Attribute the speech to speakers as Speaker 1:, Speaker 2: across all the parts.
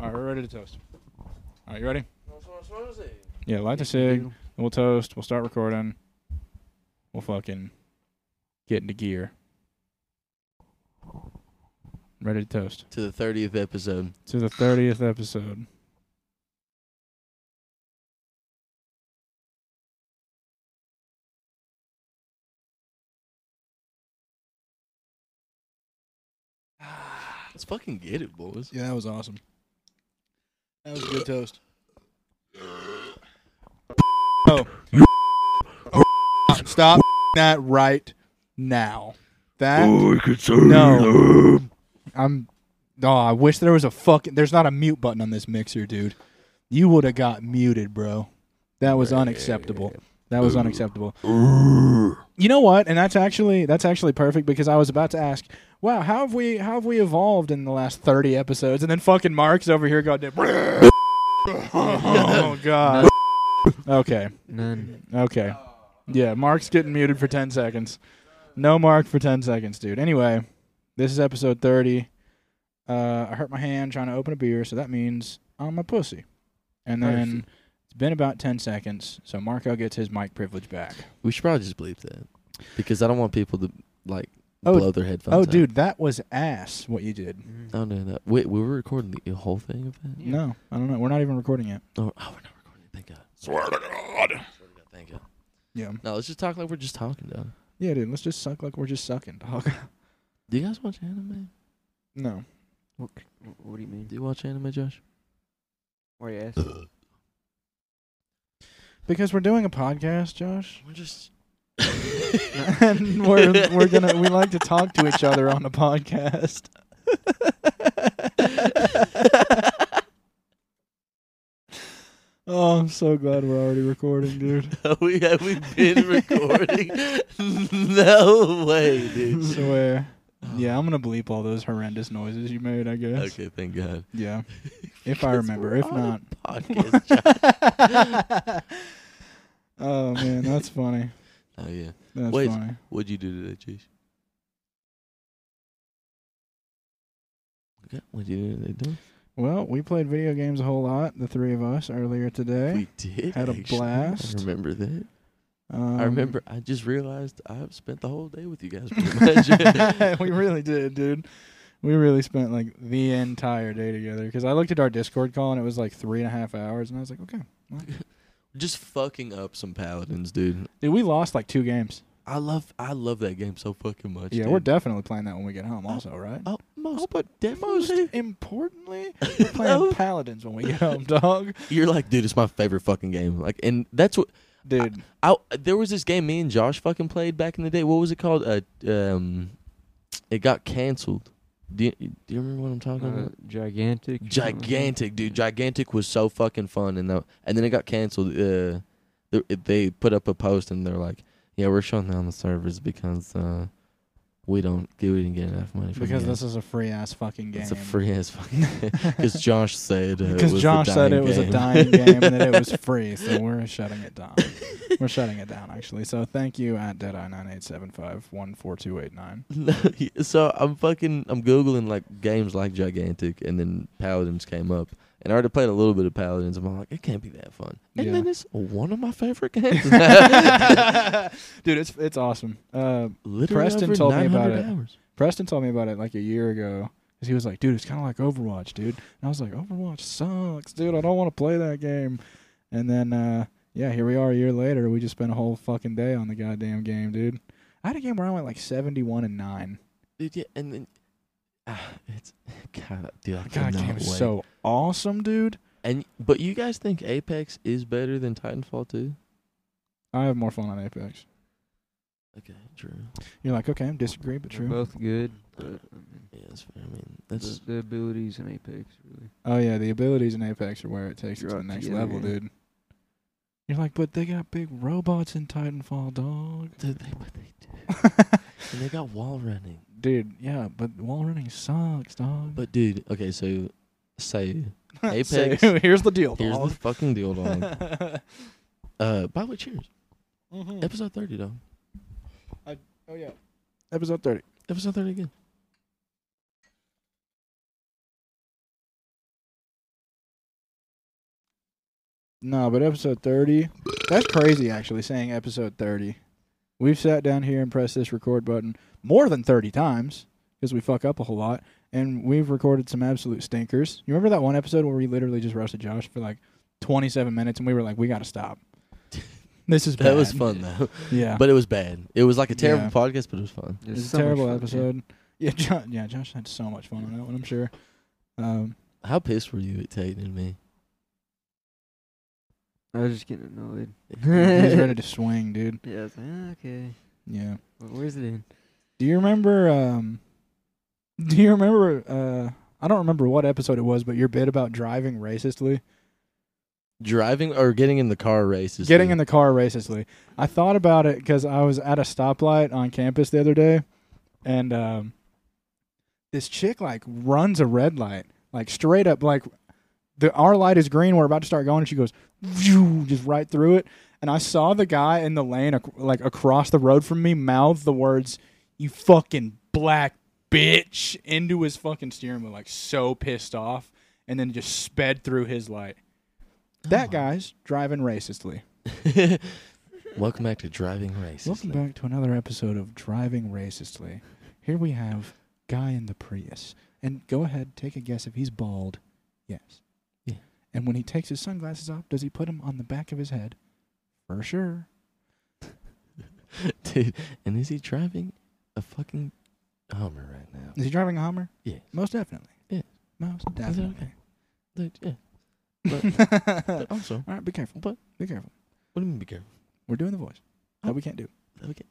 Speaker 1: All right, we're ready to toast. All right, you ready? Yeah, light the cig. and We'll toast. We'll start recording. We'll fucking get into gear. Ready to toast
Speaker 2: To the 30th episode.
Speaker 1: to the thirtieth episode.
Speaker 2: Let's fucking get it, boys.
Speaker 1: Yeah, that was awesome. That was a good toast. Oh. Stop that right now. That
Speaker 2: Oh, I could say
Speaker 1: No. I'm oh, I wish there was a fucking there's not a mute button on this mixer, dude. You would have got muted, bro. That was unacceptable. That was unacceptable.
Speaker 2: um,
Speaker 1: You know what? And that's actually that's actually perfect because I was about to ask, wow, how have we how have we evolved in the last 30 episodes? And then fucking Mark's over here going, "Oh god." Okay.
Speaker 3: None.
Speaker 1: Okay. Yeah, Mark's getting muted for 10 seconds. No Mark for 10 seconds, dude. Anyway, this is episode 30. Uh, I hurt my hand trying to open a beer, so that means I'm a pussy. And then
Speaker 2: Pussy.
Speaker 1: it's been about 10 seconds, so Marco gets his mic privilege back.
Speaker 2: We should probably just bleep that because I don't want people to like
Speaker 1: Oh,
Speaker 2: blow their headphones.
Speaker 1: Oh,
Speaker 2: out.
Speaker 1: dude, that was ass what you did.
Speaker 2: I
Speaker 3: Uh,
Speaker 2: don't know that. Wait, we were recording the whole thing of that.
Speaker 1: No, I don't know. We're not even recording yet.
Speaker 2: Oh, oh, we're not recording. Thank God. Swear to God. Thank God.
Speaker 1: Yeah.
Speaker 2: No, let's just talk like we're just talking, dog.
Speaker 1: Yeah, dude, let's just suck like we're just sucking, dog.
Speaker 2: Do you guys watch anime?
Speaker 1: no.
Speaker 3: What, what do you mean? Uh,
Speaker 2: Do you watch anime, Josh?
Speaker 3: Why are you asking?
Speaker 2: we're
Speaker 1: Because we're doing a podcast, Josh.
Speaker 2: just.
Speaker 1: and we're we're gonna we like to talk to each other on the podcast. oh, I'm so glad we're already recording, dude.
Speaker 2: we have we been recording? no way, dude.
Speaker 1: Swear. Yeah, I'm gonna bleep all those horrendous noises you made. I guess.
Speaker 2: Okay, thank God.
Speaker 1: Yeah, if I remember.
Speaker 2: we're
Speaker 1: If
Speaker 2: on a
Speaker 1: not,
Speaker 2: podcast, Josh.
Speaker 1: oh man, that's funny.
Speaker 2: oh yeah.
Speaker 1: That's
Speaker 2: Wait.
Speaker 1: funny.
Speaker 2: What'd you do today, Josh? Okay, what'd you do today? Dylan?
Speaker 1: Well, we played video games a whole lot, the three of us earlier today.
Speaker 2: We did.
Speaker 1: had a
Speaker 2: actually.
Speaker 1: blast.
Speaker 2: I remember that.
Speaker 1: Um,
Speaker 2: I remember. I just realized I've spent the whole day with you guys. Pretty much.
Speaker 1: we really did, dude. We really spent like the entire day together because I looked at our Discord call and it was like three and a half hours, and I was like, okay,
Speaker 2: just fucking up some paladins, dude.
Speaker 1: dude, we lost like two games.
Speaker 2: I love. I love that game so fucking much.
Speaker 1: yeah,
Speaker 2: dude.
Speaker 1: we're definitely playing that when we get home, also, right?
Speaker 2: Oh, most.
Speaker 1: but most
Speaker 2: definitely.
Speaker 1: importantly, we're playing
Speaker 2: Oh.
Speaker 1: Paladins when we get home, dog.
Speaker 2: You're like, dude, it's my favorite fucking game. Like, and that's what
Speaker 1: Dude,
Speaker 2: I. There was this game me and Josh fucking played back in the day. What was it called? Uh, um, it got canceled. Do you, do you remember what I'm talking
Speaker 3: Uh, mm-hmm.
Speaker 2: about?
Speaker 3: gigantic. or something?
Speaker 2: Gigantic, dude. Gigantic was so fucking fun, and the, and then it got canceled. Uh, they, they put up a post and they're like, "Yeah, we're shutting down the servers because uh, we don't get we didn't get enough money from
Speaker 1: because
Speaker 2: you
Speaker 1: this
Speaker 2: guys."
Speaker 1: is a free ass fucking game.
Speaker 2: it's a free ass fucking because Josh said uh, it
Speaker 1: Because
Speaker 2: was a
Speaker 1: Josh said
Speaker 2: dying
Speaker 1: it was a
Speaker 2: game.
Speaker 1: dying game and that it was free, so we're shutting it down. we're shutting it down, actually. So thank you at Deadeye nine eight seven five one four two eight nine.
Speaker 2: No, so I'm fucking I'm googling like games like Gigantic, and then Paladins came up, and I already played a little bit of Paladins. I'm like, it can't be that fun. And
Speaker 1: Yeah.
Speaker 2: then it's one of my favorite games.
Speaker 1: Dude, it's it's awesome. Uh,
Speaker 2: Literally
Speaker 1: Preston
Speaker 2: over
Speaker 1: told me about
Speaker 2: 900 Hours.
Speaker 1: Preston told me about it like a year ago. 'cause he was like, dude, it's kind of like Overwatch, dude. And I was like, Overwatch sucks, dude. I don't want to play that game. And then, uh, yeah, here we are a year later. We just spent a whole fucking day on the goddamn game, dude. I had a game where I went like 71 and 9.
Speaker 2: Dude, yeah, and then ah, it's God, dude, I
Speaker 1: God,
Speaker 2: cannot
Speaker 1: that game
Speaker 2: wait.
Speaker 1: is so awesome, dude.
Speaker 2: And but you guys think Apex is better than Titanfall 2?
Speaker 1: I have more fun on Apex.
Speaker 2: Okay, true.
Speaker 1: You're like, okay, I'm disagree, but
Speaker 3: They're
Speaker 1: true.
Speaker 3: Both good, but I mean,
Speaker 2: Yeah, that's fair. I mean,
Speaker 3: the,
Speaker 2: that's
Speaker 3: the abilities in Apex really.
Speaker 1: Oh yeah, the abilities in Apex are where it takes it to the
Speaker 3: Drop
Speaker 1: next
Speaker 3: together,
Speaker 1: level,
Speaker 3: yeah.
Speaker 1: dude. You're like, but they got big robots in Titanfall, dog.
Speaker 2: dude, they, but they do. and they got wall running.
Speaker 1: dude, yeah, but wall running sucks, dog.
Speaker 2: But dude, okay, so say
Speaker 1: So,
Speaker 2: Apex-
Speaker 1: here's Oh, the deal,
Speaker 2: here's the
Speaker 1: dog.
Speaker 2: fucking deal, dog. Uh, by the way, cheers.
Speaker 1: Mhm.
Speaker 2: Episode 30, dog.
Speaker 1: Oh yeah, episode thirty.
Speaker 2: Episode 30 again.
Speaker 1: No, but episode 30. That's crazy, actually, saying episode 30. We've sat down here and pressed this record button more than 30 times because we fuck up a whole lot. And we've recorded some absolute stinkers. You remember that one episode where we literally just roasted Josh for like 27 minutes and we were like, we got to stop. This is
Speaker 2: That
Speaker 1: bad.
Speaker 2: was fun though,
Speaker 1: Yeah.
Speaker 2: but it was bad. It was like a terrible
Speaker 1: Yeah.
Speaker 2: podcast, but it was fun.
Speaker 1: It was a terrible episode. Yeah, Josh, yeah, Josh had so much fun on that one, I'm sure. Um,
Speaker 2: How pissed were you at Tate and me?
Speaker 3: I was just getting annoyed.
Speaker 1: he was ready to swing, dude.
Speaker 3: Yeah, I was like, "Ah, okay.
Speaker 1: Yeah.
Speaker 3: Well, where's it in?
Speaker 1: Do you remember? Um, do you remember? Uh, I don't remember what episode it was, but your bit about driving racistly,
Speaker 2: Driving or getting in the car races?
Speaker 1: getting in the car racistly. I thought about it because I was at a stoplight on campus the other day, and um, this chick like runs a red light, like straight up, like the our light is green. We're about to start going, and she goes, "Phew," just right through it. And I saw the guy in the lane, ac- like across the road from me, mouth the words, "You fucking black bitch," into his fucking steering wheel, like so pissed off, and then just sped through his light. That guy's driving racistly.
Speaker 2: the. Welcome back to driving races.
Speaker 1: Welcome back to another episode of Driving Racistly. Here we have Guy in the Prius. And go ahead, take a guess if he's bald. Yes.
Speaker 2: Yeah.
Speaker 1: And when he takes his sunglasses off, does he put them on the back of his head? For sure.
Speaker 2: dude. And is he driving a fucking Hummer right now?
Speaker 1: Is he driving a Hummer?
Speaker 2: Yeah.
Speaker 1: Most definitely.
Speaker 2: Yeah.
Speaker 1: Most definitely.
Speaker 2: okay? Dude, yeah. But
Speaker 1: All
Speaker 2: also,
Speaker 1: right, be careful.
Speaker 2: But-
Speaker 1: be careful.
Speaker 2: what do you mean be careful?
Speaker 1: We're doing the voice. That
Speaker 2: Oh.
Speaker 1: we can't do.
Speaker 2: Okay.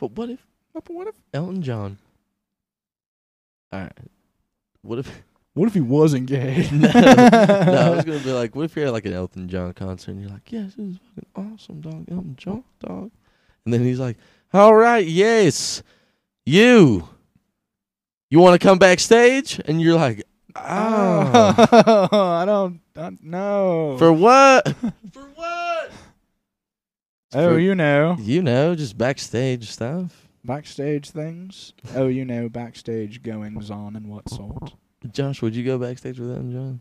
Speaker 2: But what if
Speaker 1: But what if?
Speaker 2: Elton John? All right. What if?
Speaker 1: What if he wasn't gay?
Speaker 2: no, I was gonna be like, what if you're at like an Elton John concert and you're like, yes, this is fucking awesome, dog, Elton John, dog, and then he's like, all right, yes, you, you want to come backstage, and you're like, oh,
Speaker 1: Oh, I don't. I, no.
Speaker 2: for what? for what?
Speaker 1: oh,
Speaker 2: for-
Speaker 1: you know.
Speaker 2: You know, just backstage stuff.
Speaker 1: backstage things. Oh, you know, backstage goings on and what sort.
Speaker 2: Josh, would you go backstage with Elton John?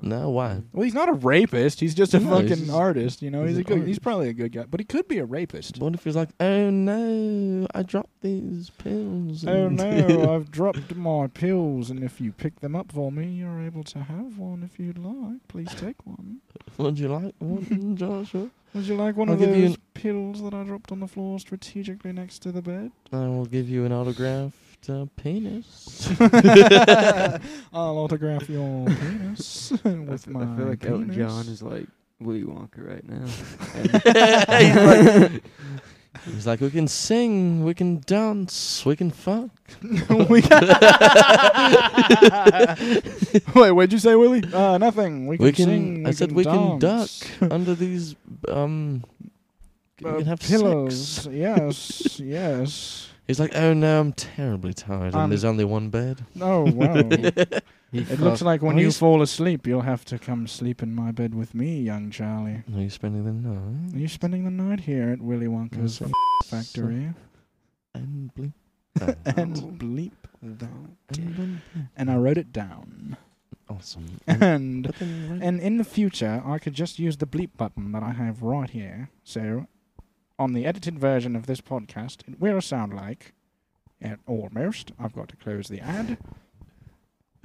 Speaker 2: No, why?
Speaker 3: Um,
Speaker 1: Well, he's not a rapist. He's just a
Speaker 2: No, he's
Speaker 1: fucking
Speaker 2: just-
Speaker 1: artist. You know, he's, a
Speaker 2: he's an
Speaker 1: good. He's
Speaker 2: artist.
Speaker 1: probably a good guy, but he could be a rapist.
Speaker 2: What if he's like, oh no, I dropped these pills.
Speaker 1: Oh
Speaker 2: and-
Speaker 1: no, I've dropped my pills, and if you pick them up for me, you're able to have one if you'd like. Please take one.
Speaker 2: Would you like one, Joshua?
Speaker 1: Would you like one
Speaker 2: I'll
Speaker 1: of
Speaker 2: give you
Speaker 1: those pills that I dropped on the floor strategically next to the bed?
Speaker 2: I will give you an autographed uh, penis.
Speaker 1: I'll autograph your penis
Speaker 3: I
Speaker 1: with
Speaker 3: feel,
Speaker 1: my
Speaker 3: I feel like
Speaker 1: penis.
Speaker 3: Elton John is like Willy Wonka right now.
Speaker 2: he's, like, he's like, we can sing, we can dance, we can fuck.
Speaker 1: we Wait, what'd you say, Willie? Uh, nothing. We can,
Speaker 2: We can.
Speaker 1: sing.
Speaker 2: I
Speaker 1: we
Speaker 2: said
Speaker 1: can
Speaker 2: we can duck
Speaker 1: dance.
Speaker 2: under these. Um, we
Speaker 1: Uh,
Speaker 2: can have
Speaker 1: pillows.
Speaker 2: sex.
Speaker 1: Yes, yes.
Speaker 2: He's like, oh no, I'm terribly tired,
Speaker 1: Um,
Speaker 2: and there's only one bed.
Speaker 1: Oh wow! it
Speaker 3: He fucked-
Speaker 1: looks like when
Speaker 2: Why
Speaker 1: you
Speaker 2: is-
Speaker 1: fall asleep, you'll have to come sleep in my bed with me, young Charlie.
Speaker 2: Are you spending the
Speaker 1: Are
Speaker 2: night?
Speaker 1: you spending the night here at Willy Wonka's
Speaker 2: Yes,
Speaker 1: f- factory?
Speaker 2: And bleep. Oh,
Speaker 1: And bleep that.
Speaker 2: and bleep.
Speaker 1: And I wrote it down.
Speaker 2: Awesome.
Speaker 1: And
Speaker 2: But then right-
Speaker 1: And in the future, I could just use the bleep button that I have right here. So, on the edited version of this podcast, it will sound like, at almost, I've got to close the ad.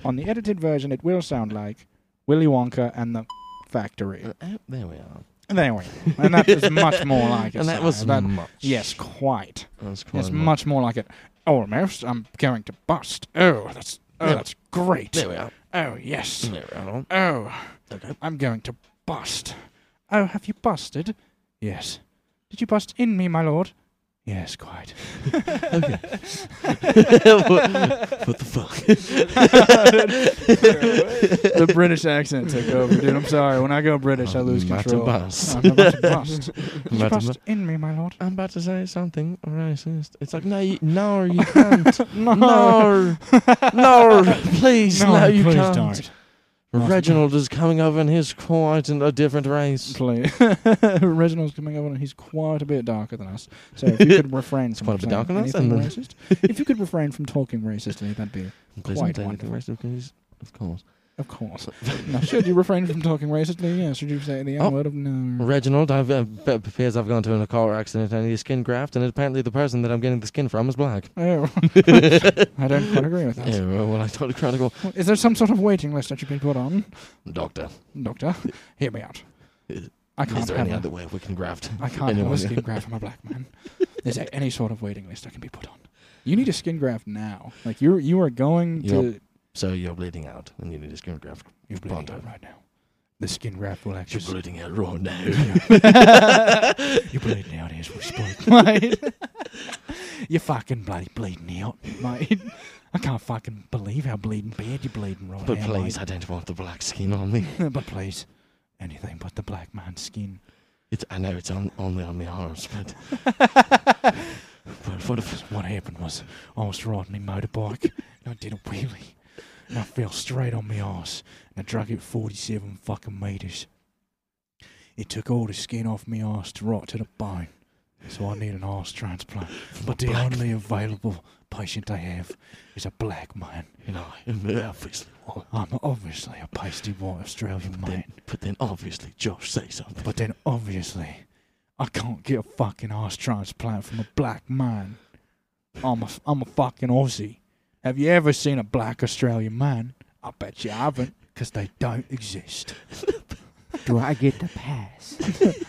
Speaker 1: On the edited version, it will sound like Willy Wonka and the factory.
Speaker 2: Uh, oh, there we are.
Speaker 1: There we go. And that is much more like it.
Speaker 2: And that
Speaker 1: sir.
Speaker 2: was
Speaker 1: That-
Speaker 2: much.
Speaker 1: yes, quite.
Speaker 2: that was quite
Speaker 1: It's
Speaker 2: much.
Speaker 1: much more like it. Almost, I'm going to bust. Oh, that's oh,
Speaker 2: Yeah.
Speaker 1: that's great.
Speaker 2: There we are.
Speaker 1: Oh yes.
Speaker 2: There we are.
Speaker 1: Oh.
Speaker 2: Okay.
Speaker 1: I'm going to bust. Oh, have you busted? Yes. Did you bust in me, my lord? Yes, quite.
Speaker 2: Okay. what, what the fuck?
Speaker 1: The British accent took over, dude. I'm sorry. When I go British, I lose
Speaker 2: I'm about to
Speaker 1: control.
Speaker 2: bust.
Speaker 1: I'm about to bust. Did you
Speaker 2: About to
Speaker 1: bust in me, my lord?
Speaker 2: I'm about to say something racist. It's like, no, you, no, you can't.
Speaker 1: No.
Speaker 2: No, no, please, no, you
Speaker 1: please
Speaker 2: can't.
Speaker 1: don't. Not-
Speaker 2: Reginald is coming over and he's quite in a different race.
Speaker 1: Please. Reginald's coming over and he's quite a bit darker than us. So if you could refrain from
Speaker 2: quite a
Speaker 1: saying
Speaker 2: bit darker than us,
Speaker 1: anything
Speaker 2: and
Speaker 1: racist, if you could refrain from talking racistly, that'd be Quite
Speaker 2: Please don't take the
Speaker 1: wonderful.
Speaker 2: rest of these, of course.
Speaker 1: Of course. now, should you refrain from talking racistly? Yes. Should you say the
Speaker 2: Oh.
Speaker 1: N word of no?
Speaker 2: Reginald, I've, uh, p- appears I've gone to a car accident. I need a skin graft, and apparently the person that I'm getting the skin from is black.
Speaker 1: Oh, I don't quite agree with that.
Speaker 2: Yeah, well, well, I told the chronicle,
Speaker 1: Is there some sort of waiting list that you've been put on,
Speaker 2: Doctor,
Speaker 1: Doctor? Hear me out.
Speaker 2: Is-
Speaker 1: I can't
Speaker 2: is there
Speaker 1: have
Speaker 2: any
Speaker 1: a-
Speaker 2: other way we can graft?
Speaker 1: I can't
Speaker 2: Anyone,
Speaker 1: have a
Speaker 2: yeah.
Speaker 1: skin graft from a black man. Is there any sort of waiting list I can be put on? You need a skin graft now. Like you're you are going to
Speaker 2: So you're bleeding out, and you need a skin graft.
Speaker 1: you're bleeding
Speaker 2: Pronto.
Speaker 1: out right now. The skin graft will
Speaker 2: You're
Speaker 1: actually
Speaker 2: bleeding out right now.
Speaker 1: you're bleeding out as we speak, mate. you're fucking bloody bleeding out, mate. I can't fucking believe how bleeding bad you're bleeding right
Speaker 2: But
Speaker 1: now.
Speaker 2: please, I
Speaker 1: mate.
Speaker 2: don't want the black skin on me.
Speaker 1: but please, anything but the black man's skin.
Speaker 2: It's, I know it's on, only on the arms, but
Speaker 1: But what, if- what happened was I was riding my motorbike and I did a wheelie and I fell straight on my ass and I drug it 47 fucking meters. It took all the skin off my ass to right to the bone, so I need an ass transplant. But the
Speaker 2: black-
Speaker 1: only available patient I have is a black man.
Speaker 2: you know, and obviously, well,
Speaker 1: I'm obviously a pasty white Australian man,
Speaker 2: then, but then obviously Josh say something.
Speaker 1: but then obviously I can't get a fucking ass transplant from a black man. I'm a, I'm a fucking Aussie. Have you ever seen a black Australian man? I bet you haven't, because they don't exist.
Speaker 3: Do I get the pass?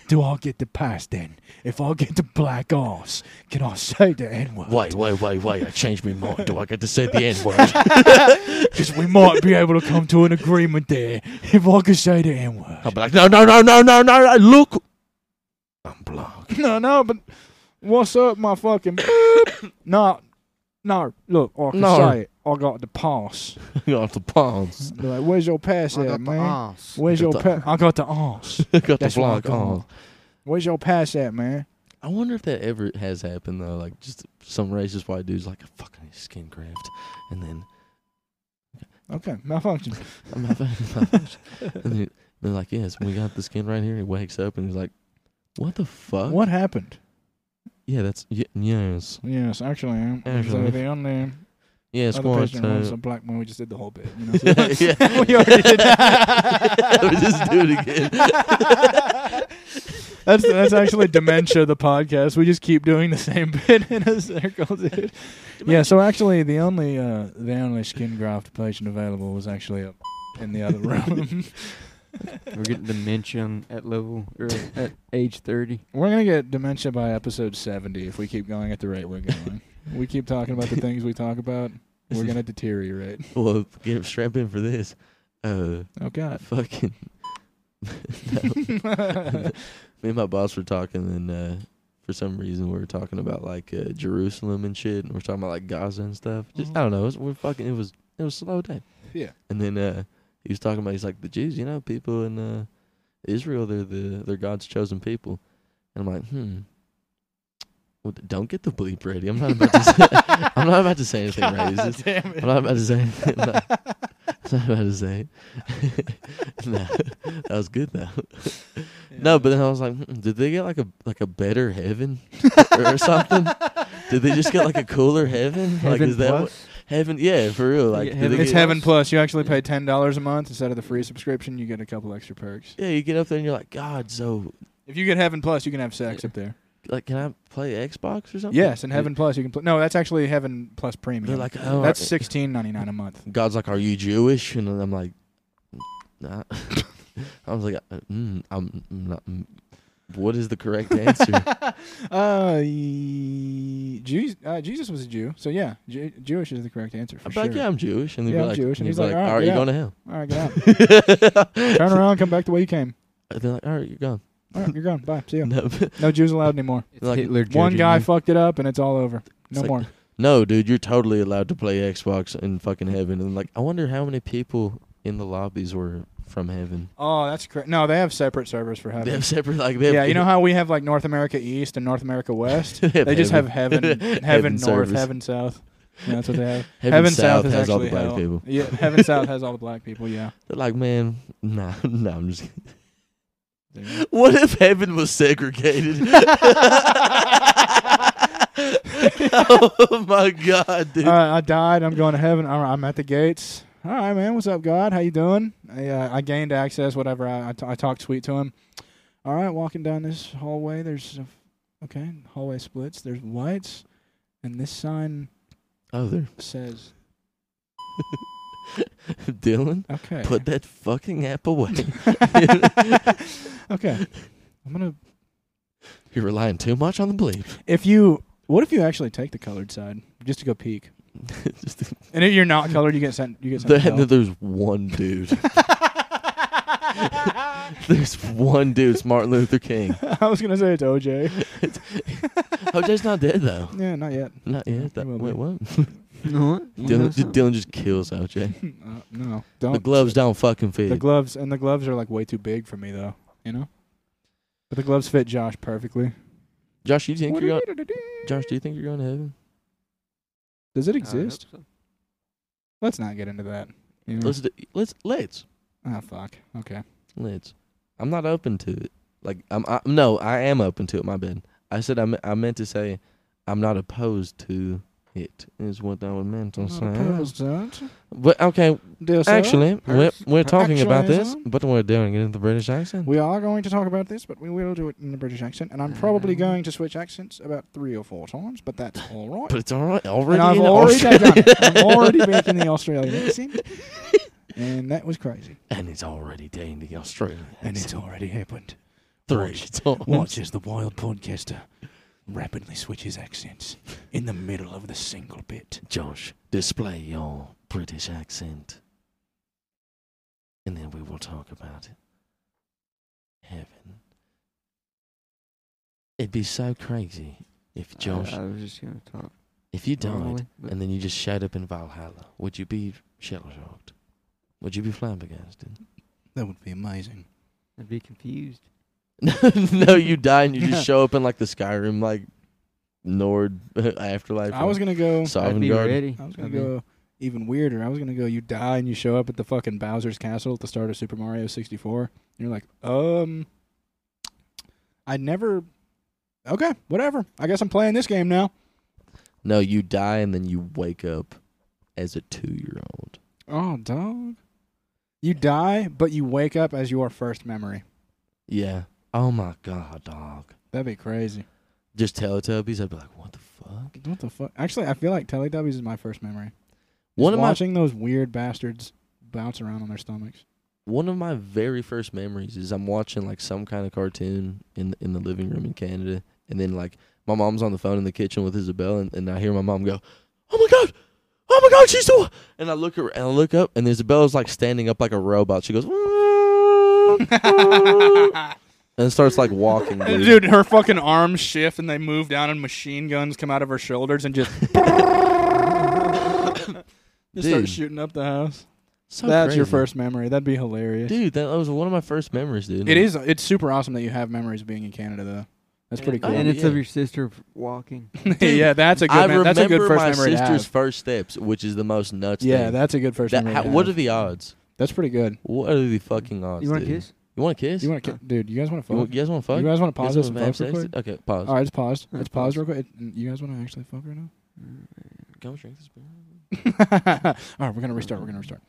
Speaker 1: Do I get the pass then? If I get the black ass, can I say the N word?
Speaker 2: Wait, wait, wait, wait! I changed my mind. Do I get to say the N word?
Speaker 1: Because we might be able to come to an agreement there if I could say the N
Speaker 2: I'll
Speaker 1: word.
Speaker 2: be like, no, no, no, no, no, no! no, Look, I'm black.
Speaker 1: No, no, but what's up, my fucking. no, no, look, I can
Speaker 2: No.
Speaker 1: say it. I got the pass.
Speaker 2: got the palms.
Speaker 1: They're like, where's your pass at, man?
Speaker 3: ass.
Speaker 1: Where's
Speaker 2: I
Speaker 1: your
Speaker 2: got
Speaker 1: pass? I got the ass.
Speaker 2: got
Speaker 1: That's
Speaker 2: the
Speaker 1: what I
Speaker 2: black
Speaker 1: got.
Speaker 2: arms.
Speaker 1: Where's your pass at, man?
Speaker 2: I wonder if that ever has happened though. Like just some racist white dude's like, I fucking need skin graft, and then
Speaker 1: Okay, malfunction.
Speaker 2: I'm not and then they're like, yes, we got the skin right here. He wakes up and he's like, what the fuck?
Speaker 1: What happened?
Speaker 2: Yeah, that's y- yes,
Speaker 1: Yes, actually, um,
Speaker 2: Actually.
Speaker 1: so the only
Speaker 2: yes,
Speaker 1: other
Speaker 2: one.
Speaker 1: person was a
Speaker 2: two.
Speaker 1: black man. We just did the whole bit. You know?
Speaker 2: Yeah.
Speaker 1: we already did that.
Speaker 2: We just do it again.
Speaker 1: that's that's actually dementia. The podcast we just keep doing the same bit in a circle, dude. Yeah. So actually, the only uh, the only skin graft patient available was actually up in the other room.
Speaker 3: We're getting dementia at level or at age thirty.
Speaker 1: We're gonna get dementia by episode seventy if we keep going at the rate we're going. we keep talking about the things we talk about.
Speaker 2: This
Speaker 1: We're
Speaker 2: is-
Speaker 1: gonna deteriorate.
Speaker 2: Well, get strap in for this. Uh,
Speaker 1: Oh God.
Speaker 2: fucking. me and my boss were talking and uh for some reason we were talking about like uh, Jerusalem and shit and we are talking about like Gaza and stuff. Just I don't know, it was, we're fucking it was it was a slow day.
Speaker 1: yeah.
Speaker 2: And then uh he was talking about he's like the Jews, you know, people in uh Israel, they're the they're God's chosen people. And I'm like, hmm. Well, don't get the bleep ready. I'm not about to say, I'm not about to say anything racist.
Speaker 1: Damn it.
Speaker 2: I'm not about to say anything. No. I'm not about to say it. no, that was good though. No, but then I was like, hmm, did they get like a like a better heaven or something? Did they just get like a cooler heaven? like
Speaker 3: Heaven
Speaker 2: is that what,
Speaker 3: plus?
Speaker 2: heaven? Yeah, for real. Like
Speaker 3: get
Speaker 2: do
Speaker 3: heaven
Speaker 2: they
Speaker 1: it's
Speaker 2: get-
Speaker 1: Heaven Plus. You actually
Speaker 2: Yeah.
Speaker 1: pay ten dollars a month instead of the free subscription. You get a couple extra perks.
Speaker 2: Yeah, you get up there and you're like, God, so
Speaker 1: If you get Heaven Plus, you can have sex up there.
Speaker 2: like, can I play Xbox or something?
Speaker 1: Yes, and Heaven Plus you can. Pl- no, that's actually Heaven Plus Premium.
Speaker 2: They're like, oh,
Speaker 1: that's
Speaker 2: I-
Speaker 1: sixteen ninety nine a month.
Speaker 2: God's like, are you Jewish? And I'm like, nah. I was like, uh, mm, I'm not. mm, What is the correct answer?
Speaker 1: Uh, y- Jews, uh, Jesus was a Jew, so yeah, Ju- Jewish is the correct answer for
Speaker 2: I'm
Speaker 1: sure.
Speaker 2: like, yeah, I'm Jewish. And they'd
Speaker 1: Yeah,
Speaker 2: be
Speaker 1: I'm
Speaker 2: like,
Speaker 1: Jewish. And
Speaker 2: he'd
Speaker 1: he's
Speaker 2: be
Speaker 1: like, "All right,
Speaker 2: all right,
Speaker 1: get
Speaker 2: you're going to hell.
Speaker 1: All right, get out. Turn around, come back the way you came.
Speaker 2: And they're like, all right, you're gone.
Speaker 1: All right, you're gone. Bye. See ya.
Speaker 2: No,
Speaker 1: No Jews allowed anymore.
Speaker 3: It's
Speaker 2: Like,
Speaker 3: Hitler
Speaker 1: One
Speaker 3: judging
Speaker 1: guy
Speaker 3: you.
Speaker 1: fucked it up, and it's all over. No
Speaker 2: like-
Speaker 1: more.
Speaker 2: no, dude, you're totally allowed to play Xbox in fucking heaven. And like, I wonder how many people in the lobbies were from heaven.
Speaker 1: Oh, that's correct. No, they have separate servers for
Speaker 2: They
Speaker 1: heaven.
Speaker 2: have separate, like, they have,
Speaker 1: Yeah, you know how we have like North America East and North America West.
Speaker 2: They have
Speaker 1: They just have
Speaker 2: heaven.
Speaker 1: heaven, heaven,
Speaker 2: Heaven
Speaker 1: north,
Speaker 2: service.
Speaker 1: heaven south. Yeah, that's what they have.
Speaker 2: Heaven, South, has all the black
Speaker 1: hell.
Speaker 2: people.
Speaker 1: Yeah, heaven south has all the black people. Yeah.
Speaker 2: They're like, man, nah, nah, I'm just kidding.
Speaker 1: Dude.
Speaker 2: What if heaven was segregated? oh my god, dude. Oh
Speaker 1: Uh, All right, I died. I'm going to heaven. All right, I'm at the gates. all right, man, what's up, God? How you doing? I, uh, I gained access, whatever. I, I, t- I talked sweet to him. All right, walking down this hallway, there's, a f- okay, hallway splits, there's lights, and this sign
Speaker 2: Oh, there,
Speaker 1: says,
Speaker 2: Dylan.
Speaker 1: okay.
Speaker 2: Put that fucking app away.
Speaker 1: okay. I'm going to,
Speaker 2: You're relying too much on the bleep.
Speaker 1: if you, what if you actually take the colored side just to go peek?
Speaker 2: Just the-
Speaker 1: And if you're not colored, you get sent, you get sent
Speaker 2: the-
Speaker 1: to hell.
Speaker 2: there's one dude. there's one dude. It's Martin Luther King.
Speaker 1: I was going to say it's OJ.
Speaker 2: OJ's not dead though.
Speaker 1: Yeah, not yet.
Speaker 2: Not
Speaker 1: Yeah, he
Speaker 2: yet. That,
Speaker 1: will
Speaker 2: wait,
Speaker 1: be.
Speaker 2: what?
Speaker 3: No,
Speaker 2: Dylan, Dylan just kills OJ.
Speaker 1: uh, no, don't.
Speaker 2: The gloves don't fucking fit.
Speaker 1: The gloves and the gloves are like way too big for me though. You know, but the gloves fit Josh perfectly.
Speaker 2: Josh, you think you're going? Josh, do you think you're going to heaven?
Speaker 1: Does it exist?
Speaker 3: Oh,
Speaker 1: Let's not get into that. You know?
Speaker 2: Let's do, let's let's
Speaker 1: Ah, fuck. Okay.
Speaker 2: let's. I'm not open to it. Like I'm. I, no, I am open to it. My bad. I said I, me- I meant to say I'm not opposed to it. Is what I was meant to
Speaker 1: Not
Speaker 2: say.
Speaker 1: opposed to it.
Speaker 2: But okay,
Speaker 1: Dear sir,
Speaker 2: actually, we're,
Speaker 3: Pers-
Speaker 2: we're talking about
Speaker 1: actually,
Speaker 2: this,
Speaker 1: um,
Speaker 2: but we're doing it in the British accent.
Speaker 1: we are going to talk about this, but we will do it in the British accent, and I'm probably
Speaker 2: Uh.
Speaker 1: going to switch accents about three or four times, but that's all right.
Speaker 2: But it's all right. Already,
Speaker 1: and I've
Speaker 2: in
Speaker 1: already
Speaker 2: Australia.
Speaker 1: done it. I'm already back in the Australian accent, and that was crazy.
Speaker 2: and it's already doing the Australian. accent.
Speaker 1: already happened.
Speaker 2: three
Speaker 1: watch-
Speaker 2: times.
Speaker 1: Watch as the wild podcaster rapidly switches accents in the middle of the single bit.
Speaker 2: Josh, display your British accent. And then we will talk about it. Heaven. It'd be so crazy if Josh,
Speaker 3: I, was just gonna talk.
Speaker 2: if you died
Speaker 3: Uh, normally, but-
Speaker 2: and then you just showed up in Valhalla, would you be shell shocked? Would you be flabbergasted?
Speaker 1: That would be amazing.
Speaker 3: I'd be confused.
Speaker 2: no, you die and you just show up in like the Skyrim, like Nord afterlife.
Speaker 1: I was gonna go.
Speaker 3: I'd be
Speaker 2: Sovngarde.
Speaker 3: ready.
Speaker 1: I was gonna
Speaker 3: I'd be-
Speaker 1: go even weirder. I was gonna go. You die and you show up at the fucking Bowser's castle at the start of Super Mario 64. And you're like, um, I never. Okay, whatever. I guess I'm playing this game now.
Speaker 2: No, you die and then you wake up as a two-year-old.
Speaker 1: Oh, dog. You die, but you wake up as your first memory.
Speaker 2: Yeah. Oh my god, dog.
Speaker 1: That'd be crazy.
Speaker 2: Just Teletubbies. I'd be like, what the fuck?
Speaker 1: What the fuck? Actually, I feel like Teletubbies is my first memory.
Speaker 2: One
Speaker 1: Just
Speaker 2: of my
Speaker 1: watching those weird bastards bounce around on their stomachs.
Speaker 2: one of my very first memories is I'm watching like some kind of cartoon in in the living room in Canada, and then like my mom's on the phone in the kitchen with Isabel, and, and I hear my mom go, "Oh my god, oh my god, she's doing!" And I look ar- and I look up, and Isabella's like standing up like a robot. She goes and starts like walking. dude.
Speaker 1: Dude, her fucking arms shift and they move down, and machine guns come out of her shoulders and just. Just start
Speaker 2: Dude.
Speaker 1: shooting up the house.
Speaker 2: So
Speaker 1: That's your
Speaker 2: crazy.
Speaker 1: first memory. That'd be hilarious.
Speaker 2: dude. That was one of my first memories, dude.
Speaker 1: It is. It's super awesome that you have memories of being in Canada, though. That's pretty
Speaker 3: And-
Speaker 1: cool.
Speaker 3: And
Speaker 2: Oh,
Speaker 3: it's
Speaker 2: yeah.
Speaker 3: of your sister f- walking.
Speaker 1: yeah, that's a good.
Speaker 2: I
Speaker 1: mem-
Speaker 2: remember
Speaker 1: that's a good first
Speaker 2: my
Speaker 1: memory. to have.
Speaker 2: sister's first steps, which is the most nuts.
Speaker 1: Yeah,
Speaker 2: thing.
Speaker 1: that's a good first
Speaker 2: That,
Speaker 1: memory.
Speaker 2: how,
Speaker 1: to
Speaker 2: what are
Speaker 1: have.
Speaker 2: the odds?
Speaker 1: That's pretty good.
Speaker 2: What are the fucking odds?
Speaker 3: You want to
Speaker 2: dude?
Speaker 3: kiss?
Speaker 2: You want to kiss?
Speaker 1: You want to, dude? You guys want to
Speaker 2: You
Speaker 1: fuck?
Speaker 2: want- you guys want to fuck?
Speaker 1: You guys want to pause
Speaker 2: You
Speaker 1: this
Speaker 2: guys
Speaker 1: and
Speaker 2: wanna have
Speaker 1: fuck real
Speaker 2: sex?
Speaker 1: quick?
Speaker 2: Okay, pause.
Speaker 1: All right, it's paused.
Speaker 3: Yeah,
Speaker 1: It's paused real
Speaker 3: pause.
Speaker 1: quick. It- You guys want to actually fuck right now?
Speaker 3: Mm,
Speaker 2: Come drink this beer.
Speaker 1: all right, we're gonna restart. We're gonna restart.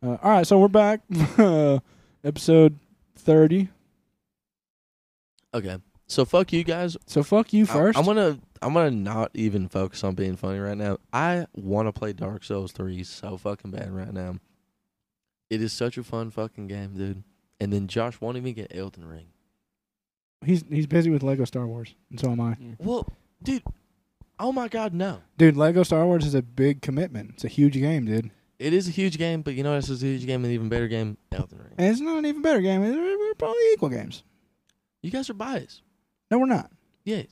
Speaker 1: Uh, all right, so we're back. Episode thirty.
Speaker 2: Okay, so fuck you guys.
Speaker 1: So fuck you first.
Speaker 2: I, am gonna I'm gonna not even focus on being funny right now. I want to play Dark Souls three so fucking bad right now. It is such a fun fucking game, dude. And then Josh won't even get Elden Ring.
Speaker 1: he's he's busy with Lego Star Wars, and so am I.
Speaker 3: Yeah.
Speaker 2: Well, dude. Oh my God, no.
Speaker 1: Dude, Lego Star Wars is a big commitment. It's a huge game, dude.
Speaker 2: It is a huge game, but you know what else is a huge game? An even better game, Elden Ring.
Speaker 1: And it's not an even better game. It's- We're probably equal games.
Speaker 2: You guys are biased.
Speaker 1: No, we're not.
Speaker 2: Yes.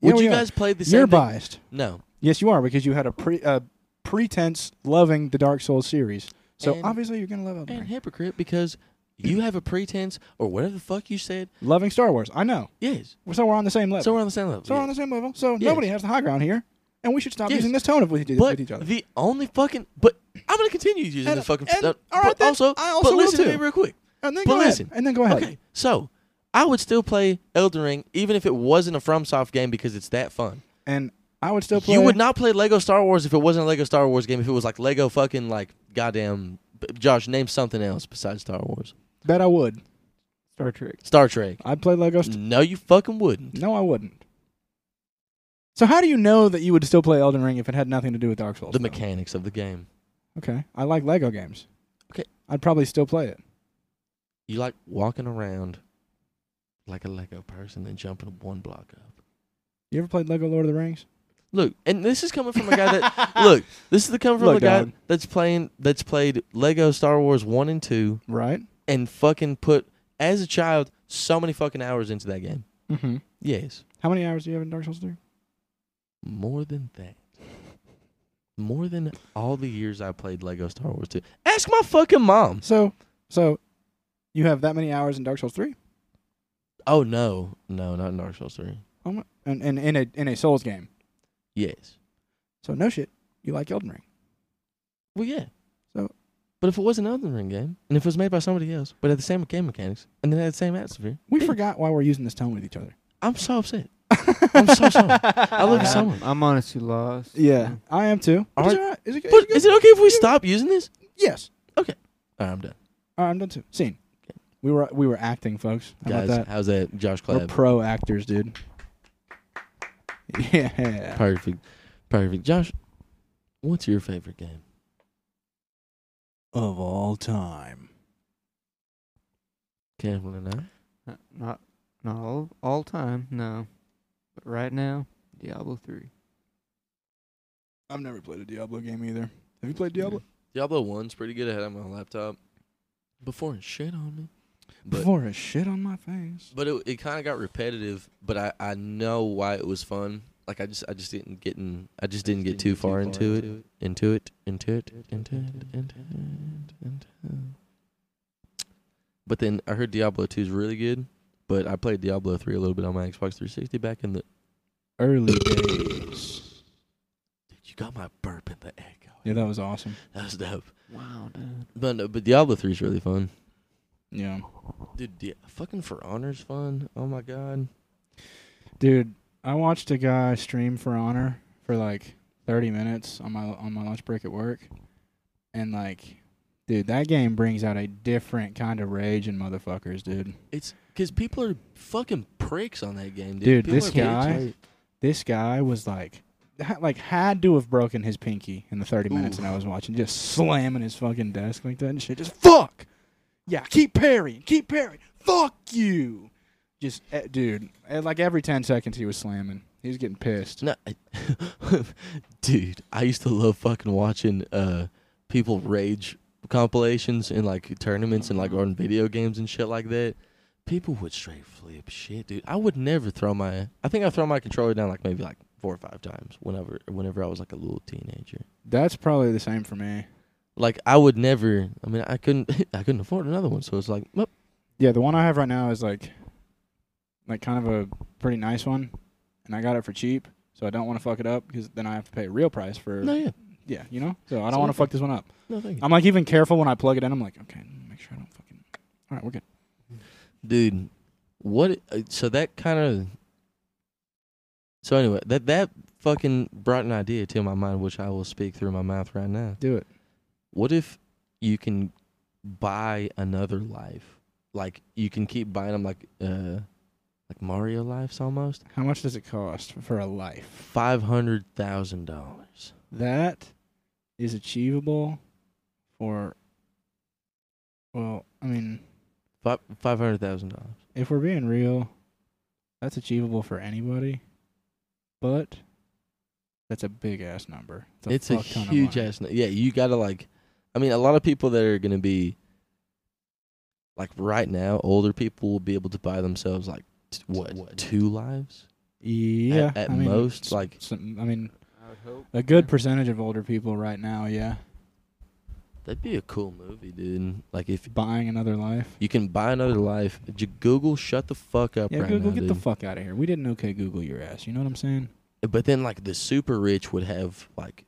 Speaker 1: Yeah,
Speaker 2: Would
Speaker 1: we
Speaker 2: you
Speaker 1: are.
Speaker 2: guys play the same?
Speaker 1: You're
Speaker 2: thing?
Speaker 1: biased.
Speaker 2: No.
Speaker 1: Yes, you are because you had a pre a pretense loving the Dark Souls series. So
Speaker 2: And-
Speaker 1: obviously you're gonna love Elden
Speaker 2: And
Speaker 1: Ring.
Speaker 2: hypocrite because you have a pretense or whatever the fuck you said.
Speaker 1: loving Star Wars. I know.
Speaker 2: Yes.
Speaker 1: So we're on the same level.
Speaker 2: So we're on the same level.
Speaker 1: So we're on the same level. So nobody has the high ground here, and we should stop
Speaker 2: Yes.
Speaker 1: using this tone if we do
Speaker 2: but
Speaker 1: with each other.
Speaker 2: the only fucking but I'm gonna continue using
Speaker 1: And-
Speaker 2: the fucking
Speaker 1: and-
Speaker 2: uh,
Speaker 1: all right
Speaker 2: but
Speaker 1: then,
Speaker 2: also,
Speaker 1: I also
Speaker 2: but
Speaker 1: will
Speaker 2: listen
Speaker 1: too.
Speaker 2: to me real quick.
Speaker 1: and then
Speaker 2: but
Speaker 1: go ahead.
Speaker 2: listen.
Speaker 1: And then go ahead.
Speaker 2: Okay. So I would still play Elden Ring even if it wasn't a FromSoft game because it's that fun.
Speaker 1: And I would still play.
Speaker 2: You would not play Lego Star Wars if it wasn't a Lego Star Wars game. If it was like Lego fucking like goddamn B- Josh, name something else besides Star Wars.
Speaker 1: bet I would.
Speaker 3: Star Trek.
Speaker 2: Star Trek.
Speaker 1: I'd play Lego. St-
Speaker 2: No, you fucking wouldn't.
Speaker 1: no, I wouldn't. So how do you know that you would still play Elden Ring if it had nothing to do with Dark Souls?
Speaker 2: The
Speaker 1: though?
Speaker 2: mechanics of the game.
Speaker 1: Okay, I like Lego games.
Speaker 2: Okay.
Speaker 1: I'd probably still play it.
Speaker 2: You like walking around like a Lego person and jumping one block up.
Speaker 1: You ever played Lego Lord of the Rings?
Speaker 2: Look, and this is coming from a guy that look. This is the coming from
Speaker 1: Look,
Speaker 2: a guy
Speaker 1: dog.
Speaker 2: that's playing that's played Lego Star Wars one and two
Speaker 1: Right.
Speaker 2: and fucking put as a child so many fucking hours into that game.
Speaker 1: Mm-hmm.
Speaker 2: Yes.
Speaker 1: How many hours do you have in Dark Souls 3?
Speaker 2: More than that. More than all the years I played Lego Star Wars 2. Ask my fucking mom.
Speaker 1: So, so you have that many hours in Dark Souls 3?
Speaker 2: Oh no. No, not in Dark Souls 3.
Speaker 1: Oh my, and, and in a in a Souls game.
Speaker 2: Yes.
Speaker 1: So no shit, you like Elden Ring.
Speaker 2: Well yeah.
Speaker 1: So-
Speaker 2: But if it was an Elden Ring game, and if it was made by somebody else, but had the same game mechanics, and then had the same atmosphere,
Speaker 1: We
Speaker 2: yeah,
Speaker 1: forgot why we're using this tone with each other.
Speaker 2: I'm so upset. I'm so sorry. I look at
Speaker 3: I'm,
Speaker 2: someone.
Speaker 3: Uh, I'm honestly lost.
Speaker 1: Yeah, I am too. But it's
Speaker 2: Aren't-
Speaker 1: all right. Is it,
Speaker 2: But
Speaker 1: good?
Speaker 2: is it okay if we stop using this?
Speaker 1: Yes.
Speaker 2: All right, I'm done.
Speaker 1: All right, I'm done too. Scene. We were we were acting, folks. How
Speaker 2: Guys,
Speaker 1: about that?
Speaker 2: how's that, Josh
Speaker 1: We're
Speaker 2: Clapp?
Speaker 1: pro actors, dude. Yeah.
Speaker 2: perfect. Perfect. Josh, what's your favorite game?
Speaker 1: Of all time.
Speaker 2: Cameron and I.
Speaker 3: Not- Not not all all time, no. But right now, Diablo three.
Speaker 1: I've never played a Diablo game either. Have you played
Speaker 2: Diablo One's pretty good. I had it on my laptop before it shit on me. But
Speaker 1: Before a shit on my face.
Speaker 2: but it, it kind of got repetitive. But I, I know why it was fun. Like I just I just didn't get in, I just didn't get too far into it into it into it into it into it into it. But then I heard Diablo Two is really good. But I played Diablo Three a little bit on my Xbox 360 back in the.
Speaker 1: Early days.
Speaker 2: Dude, you got my burp in the echo.
Speaker 1: Yeah, that was awesome.
Speaker 2: That was dope.
Speaker 3: Wow, dude.
Speaker 2: But no, but Diablo Three is really fun.
Speaker 1: Yeah.
Speaker 2: Dude, Di- fucking For Honor's fun. Oh my god.
Speaker 1: Dude, I watched a guy stream for honor for like 30 minutes on my on my lunch break at work. And like dude, that game brings out a different kind of rage in motherfuckers, dude.
Speaker 2: It's because people are fucking pricks on that game,
Speaker 1: Dude,
Speaker 2: dude. People
Speaker 1: this
Speaker 2: are bitches.
Speaker 1: guy- This guy was like ha- like had to have broken his pinky in the 30 minutes that I was watching just slamming his fucking desk like that and shit. Just fuck. Yeah, keep parrying. Keep parrying. Fuck you. Just eh, dude, eh, like every 10 seconds he was slamming. He was getting pissed.
Speaker 2: No, I- dude, I used to love fucking watching uh people rage compilations and like tournaments and like on video games and shit like that. People would straight flip shit, dude. I would never throw my. I think I throw my controller down like maybe like four or five times whenever whenever I was like a little teenager.
Speaker 1: That's probably the same for me.
Speaker 2: Like I would never. I mean, I couldn't. I couldn't afford another one, so it's like, well,
Speaker 1: Yeah, the one I have right now is like, like kind of a pretty nice one, and I got it for cheap, so I don't want to fuck it up because then I have to pay real price for.
Speaker 2: no, yeah,
Speaker 1: Yeah, you know. So I
Speaker 2: So
Speaker 1: don't want to
Speaker 2: we-
Speaker 1: fuck this one up.
Speaker 2: no, thank you.
Speaker 1: I'm like even careful when I plug it in. I'm like, okay, make sure I don't fucking. All right, we're good.
Speaker 2: dude what uh, so that kind of so anyway that that fucking brought an idea to my mind which i will speak through my mouth right now
Speaker 1: Do it.
Speaker 2: what if you can buy another life like you can keep buying them like uh like mario lives almost
Speaker 1: How much does it cost for a life?
Speaker 2: five hundred thousand dollars
Speaker 1: That is achievable, for. Well, I mean,
Speaker 2: five five hundred thousand dollars
Speaker 1: if we're being real, that's achievable for anybody, but that's a big ass number.
Speaker 2: it's a
Speaker 1: fuck ton of
Speaker 2: huge
Speaker 1: money.
Speaker 2: ass nu- yeah you gotta like i mean a lot of people that are gonna be like right now older people will be able to buy themselves like t- what, two lives At-
Speaker 1: Yeah,
Speaker 2: at,
Speaker 1: I mean,
Speaker 2: most
Speaker 1: s-
Speaker 2: like
Speaker 1: some, I mean,
Speaker 3: I would hope.
Speaker 1: a good percentage of older people right now, yeah,
Speaker 2: that'd be a cool movie dude like if
Speaker 1: buying another life.
Speaker 2: you can buy another life j- google shut the fuck up
Speaker 1: Yeah,
Speaker 2: right
Speaker 1: Google,
Speaker 2: now,
Speaker 1: get
Speaker 2: dude.
Speaker 1: the fuck out of here. We didn't okay Google your ass. You know what I'm saying?
Speaker 2: but then like the super rich would have like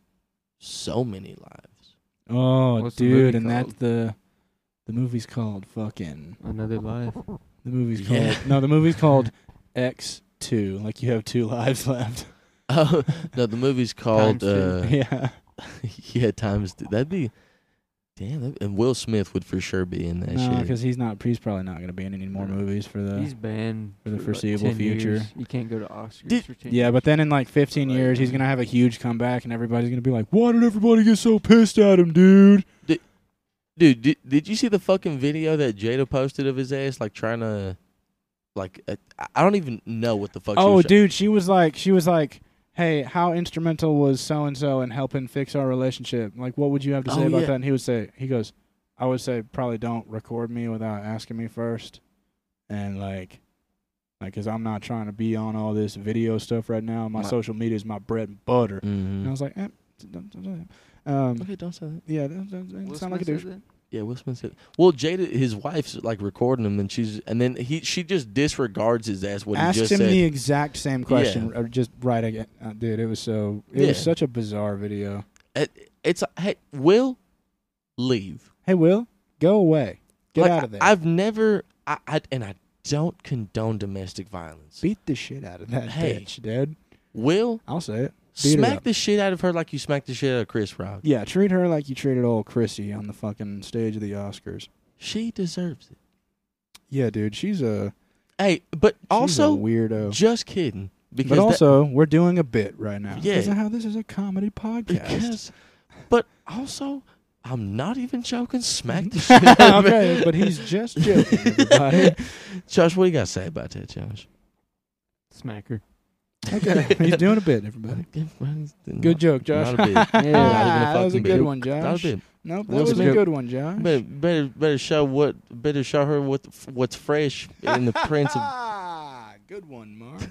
Speaker 2: so many lives
Speaker 1: Oh,
Speaker 3: What's the movie
Speaker 1: dude, and that's
Speaker 3: called?
Speaker 1: the the movie's called fucking.
Speaker 3: Another life.
Speaker 1: The movie's
Speaker 2: Yeah.
Speaker 1: called no, the movie's called X Two. Like you have two lives left.
Speaker 2: Oh no, the movie's called
Speaker 3: Times two.
Speaker 2: uh,
Speaker 1: yeah.
Speaker 2: yeah times. Th- that'd be damn. That'd, and Will Smith would for sure be in that
Speaker 1: No,
Speaker 2: shit.
Speaker 1: because he's not. He's probably not going to be in any more
Speaker 3: No.
Speaker 1: movies for the.
Speaker 3: He's banned
Speaker 1: for the
Speaker 3: like,
Speaker 1: foreseeable
Speaker 3: 10 years.
Speaker 1: future.
Speaker 3: You can't go to Oscars
Speaker 2: Did-
Speaker 3: for ten.
Speaker 1: yeah,
Speaker 3: years.
Speaker 1: but then in like 15
Speaker 3: Like-
Speaker 1: years, he's going to have a huge comeback, and everybody's going to be like, "Why did everybody get so pissed at him, dude?"
Speaker 2: Dude, did, did you see the fucking video that Jada posted of his ass like trying to, like uh, I- I don't even know what the fuck. she
Speaker 1: Oh,
Speaker 2: was try-
Speaker 1: dude, she was like, she was like, "Hey, how instrumental was so and so in helping fix our relationship? Like, what would you have to say
Speaker 2: Oh,
Speaker 1: about
Speaker 2: yeah.
Speaker 1: that?" And he would say, "He goes, I would say probably don't record me without asking me first, and like, like, cause I'm not trying to be on all this video stuff right now. My
Speaker 2: My-
Speaker 1: social media is my bread and butter." And I
Speaker 2: Mhm.
Speaker 1: was like, eh, don't, don't, don't. um,
Speaker 2: Okay, don't say that.
Speaker 1: yeah, that, that, that
Speaker 3: Will
Speaker 1: sound like a
Speaker 3: Smith
Speaker 1: douche.
Speaker 3: said that?
Speaker 2: Yeah, Will Smith said. Well, Jada, his wife's like recording him, and she's and then he she just disregards his ass what he
Speaker 1: Asked
Speaker 2: just
Speaker 1: him
Speaker 2: said.
Speaker 1: the exact same question, uh, just right again, uh, dude. It was so, it was
Speaker 2: Yeah.
Speaker 1: such a bizarre video.
Speaker 2: It- it's like, hey, Will, leave.
Speaker 1: Hey, Will, go away. Get
Speaker 2: Like,
Speaker 1: out of there.
Speaker 2: I've never, I, I and I don't condone domestic violence.
Speaker 1: Beat the shit out of that
Speaker 2: Hey.
Speaker 1: bitch, dude.
Speaker 2: Will,
Speaker 1: I'll say it. Beat her
Speaker 2: smack
Speaker 1: up.
Speaker 2: the shit out of her like you smacked the shit out of Chris Rock.
Speaker 1: Yeah, treat her like you treated old Chrissy on the fucking stage of the Oscars.
Speaker 2: She deserves it.
Speaker 1: Yeah, dude, she's a
Speaker 2: Hey, but
Speaker 1: she's a
Speaker 2: also,
Speaker 1: weirdo.
Speaker 2: just kidding. Because
Speaker 1: But
Speaker 2: that-
Speaker 1: also, we're doing a bit right now.
Speaker 2: Yeah.
Speaker 1: Because of how this is a comedy podcast.
Speaker 2: because, but also, I'm not even joking. Smack the shit out of her.
Speaker 1: okay, but he's just joking, everybody.
Speaker 2: Josh, what do you got to say about that, Josh?
Speaker 3: Smacker.
Speaker 1: Okay, he's doing a bit, everybody. Good joke, Josh.
Speaker 2: Not a bit. Not even a
Speaker 1: that was a
Speaker 2: fucking
Speaker 1: good
Speaker 2: bit.
Speaker 1: one, Josh.
Speaker 2: Not a bit.
Speaker 1: Nope, that
Speaker 2: Will
Speaker 1: was
Speaker 2: Smith.
Speaker 1: a good one, Josh.
Speaker 2: Better, better, better show what. Better show her what what's fresh in the Prince of
Speaker 1: Ah, good one, Mark.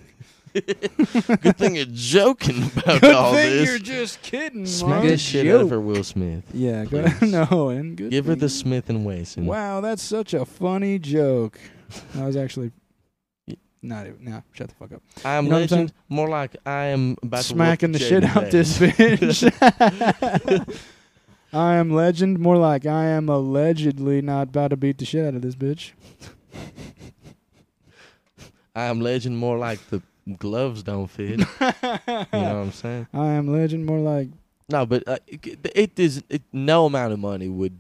Speaker 2: Good thing you're joking about
Speaker 1: Good
Speaker 2: all
Speaker 1: thing
Speaker 2: this.
Speaker 1: you're just kidding,
Speaker 2: Smack
Speaker 1: Mark.
Speaker 2: the
Speaker 3: Good
Speaker 2: shit out of
Speaker 3: joke.
Speaker 2: her, Will Smith.
Speaker 1: Yeah, go,
Speaker 2: Please.
Speaker 1: no, and good.
Speaker 2: Give her the
Speaker 1: thing-
Speaker 2: Smith and Wesson.
Speaker 1: Wow, that's such a funny joke. I was actually not even. Nah, shut the fuck up.
Speaker 2: I'm
Speaker 1: You know what I'm
Speaker 2: legend. More like I am about
Speaker 1: Smacking the
Speaker 2: to
Speaker 1: shit
Speaker 2: whoop Jaden's
Speaker 1: out this
Speaker 2: ass.
Speaker 1: bitch. I am legend. More like I am allegedly not about to beat the shit out of this bitch.
Speaker 2: I am legend. More like the gloves don't fit. you know what I'm saying?
Speaker 1: I am legend. More like
Speaker 2: No, but uh, it, it is. It, no amount of money would.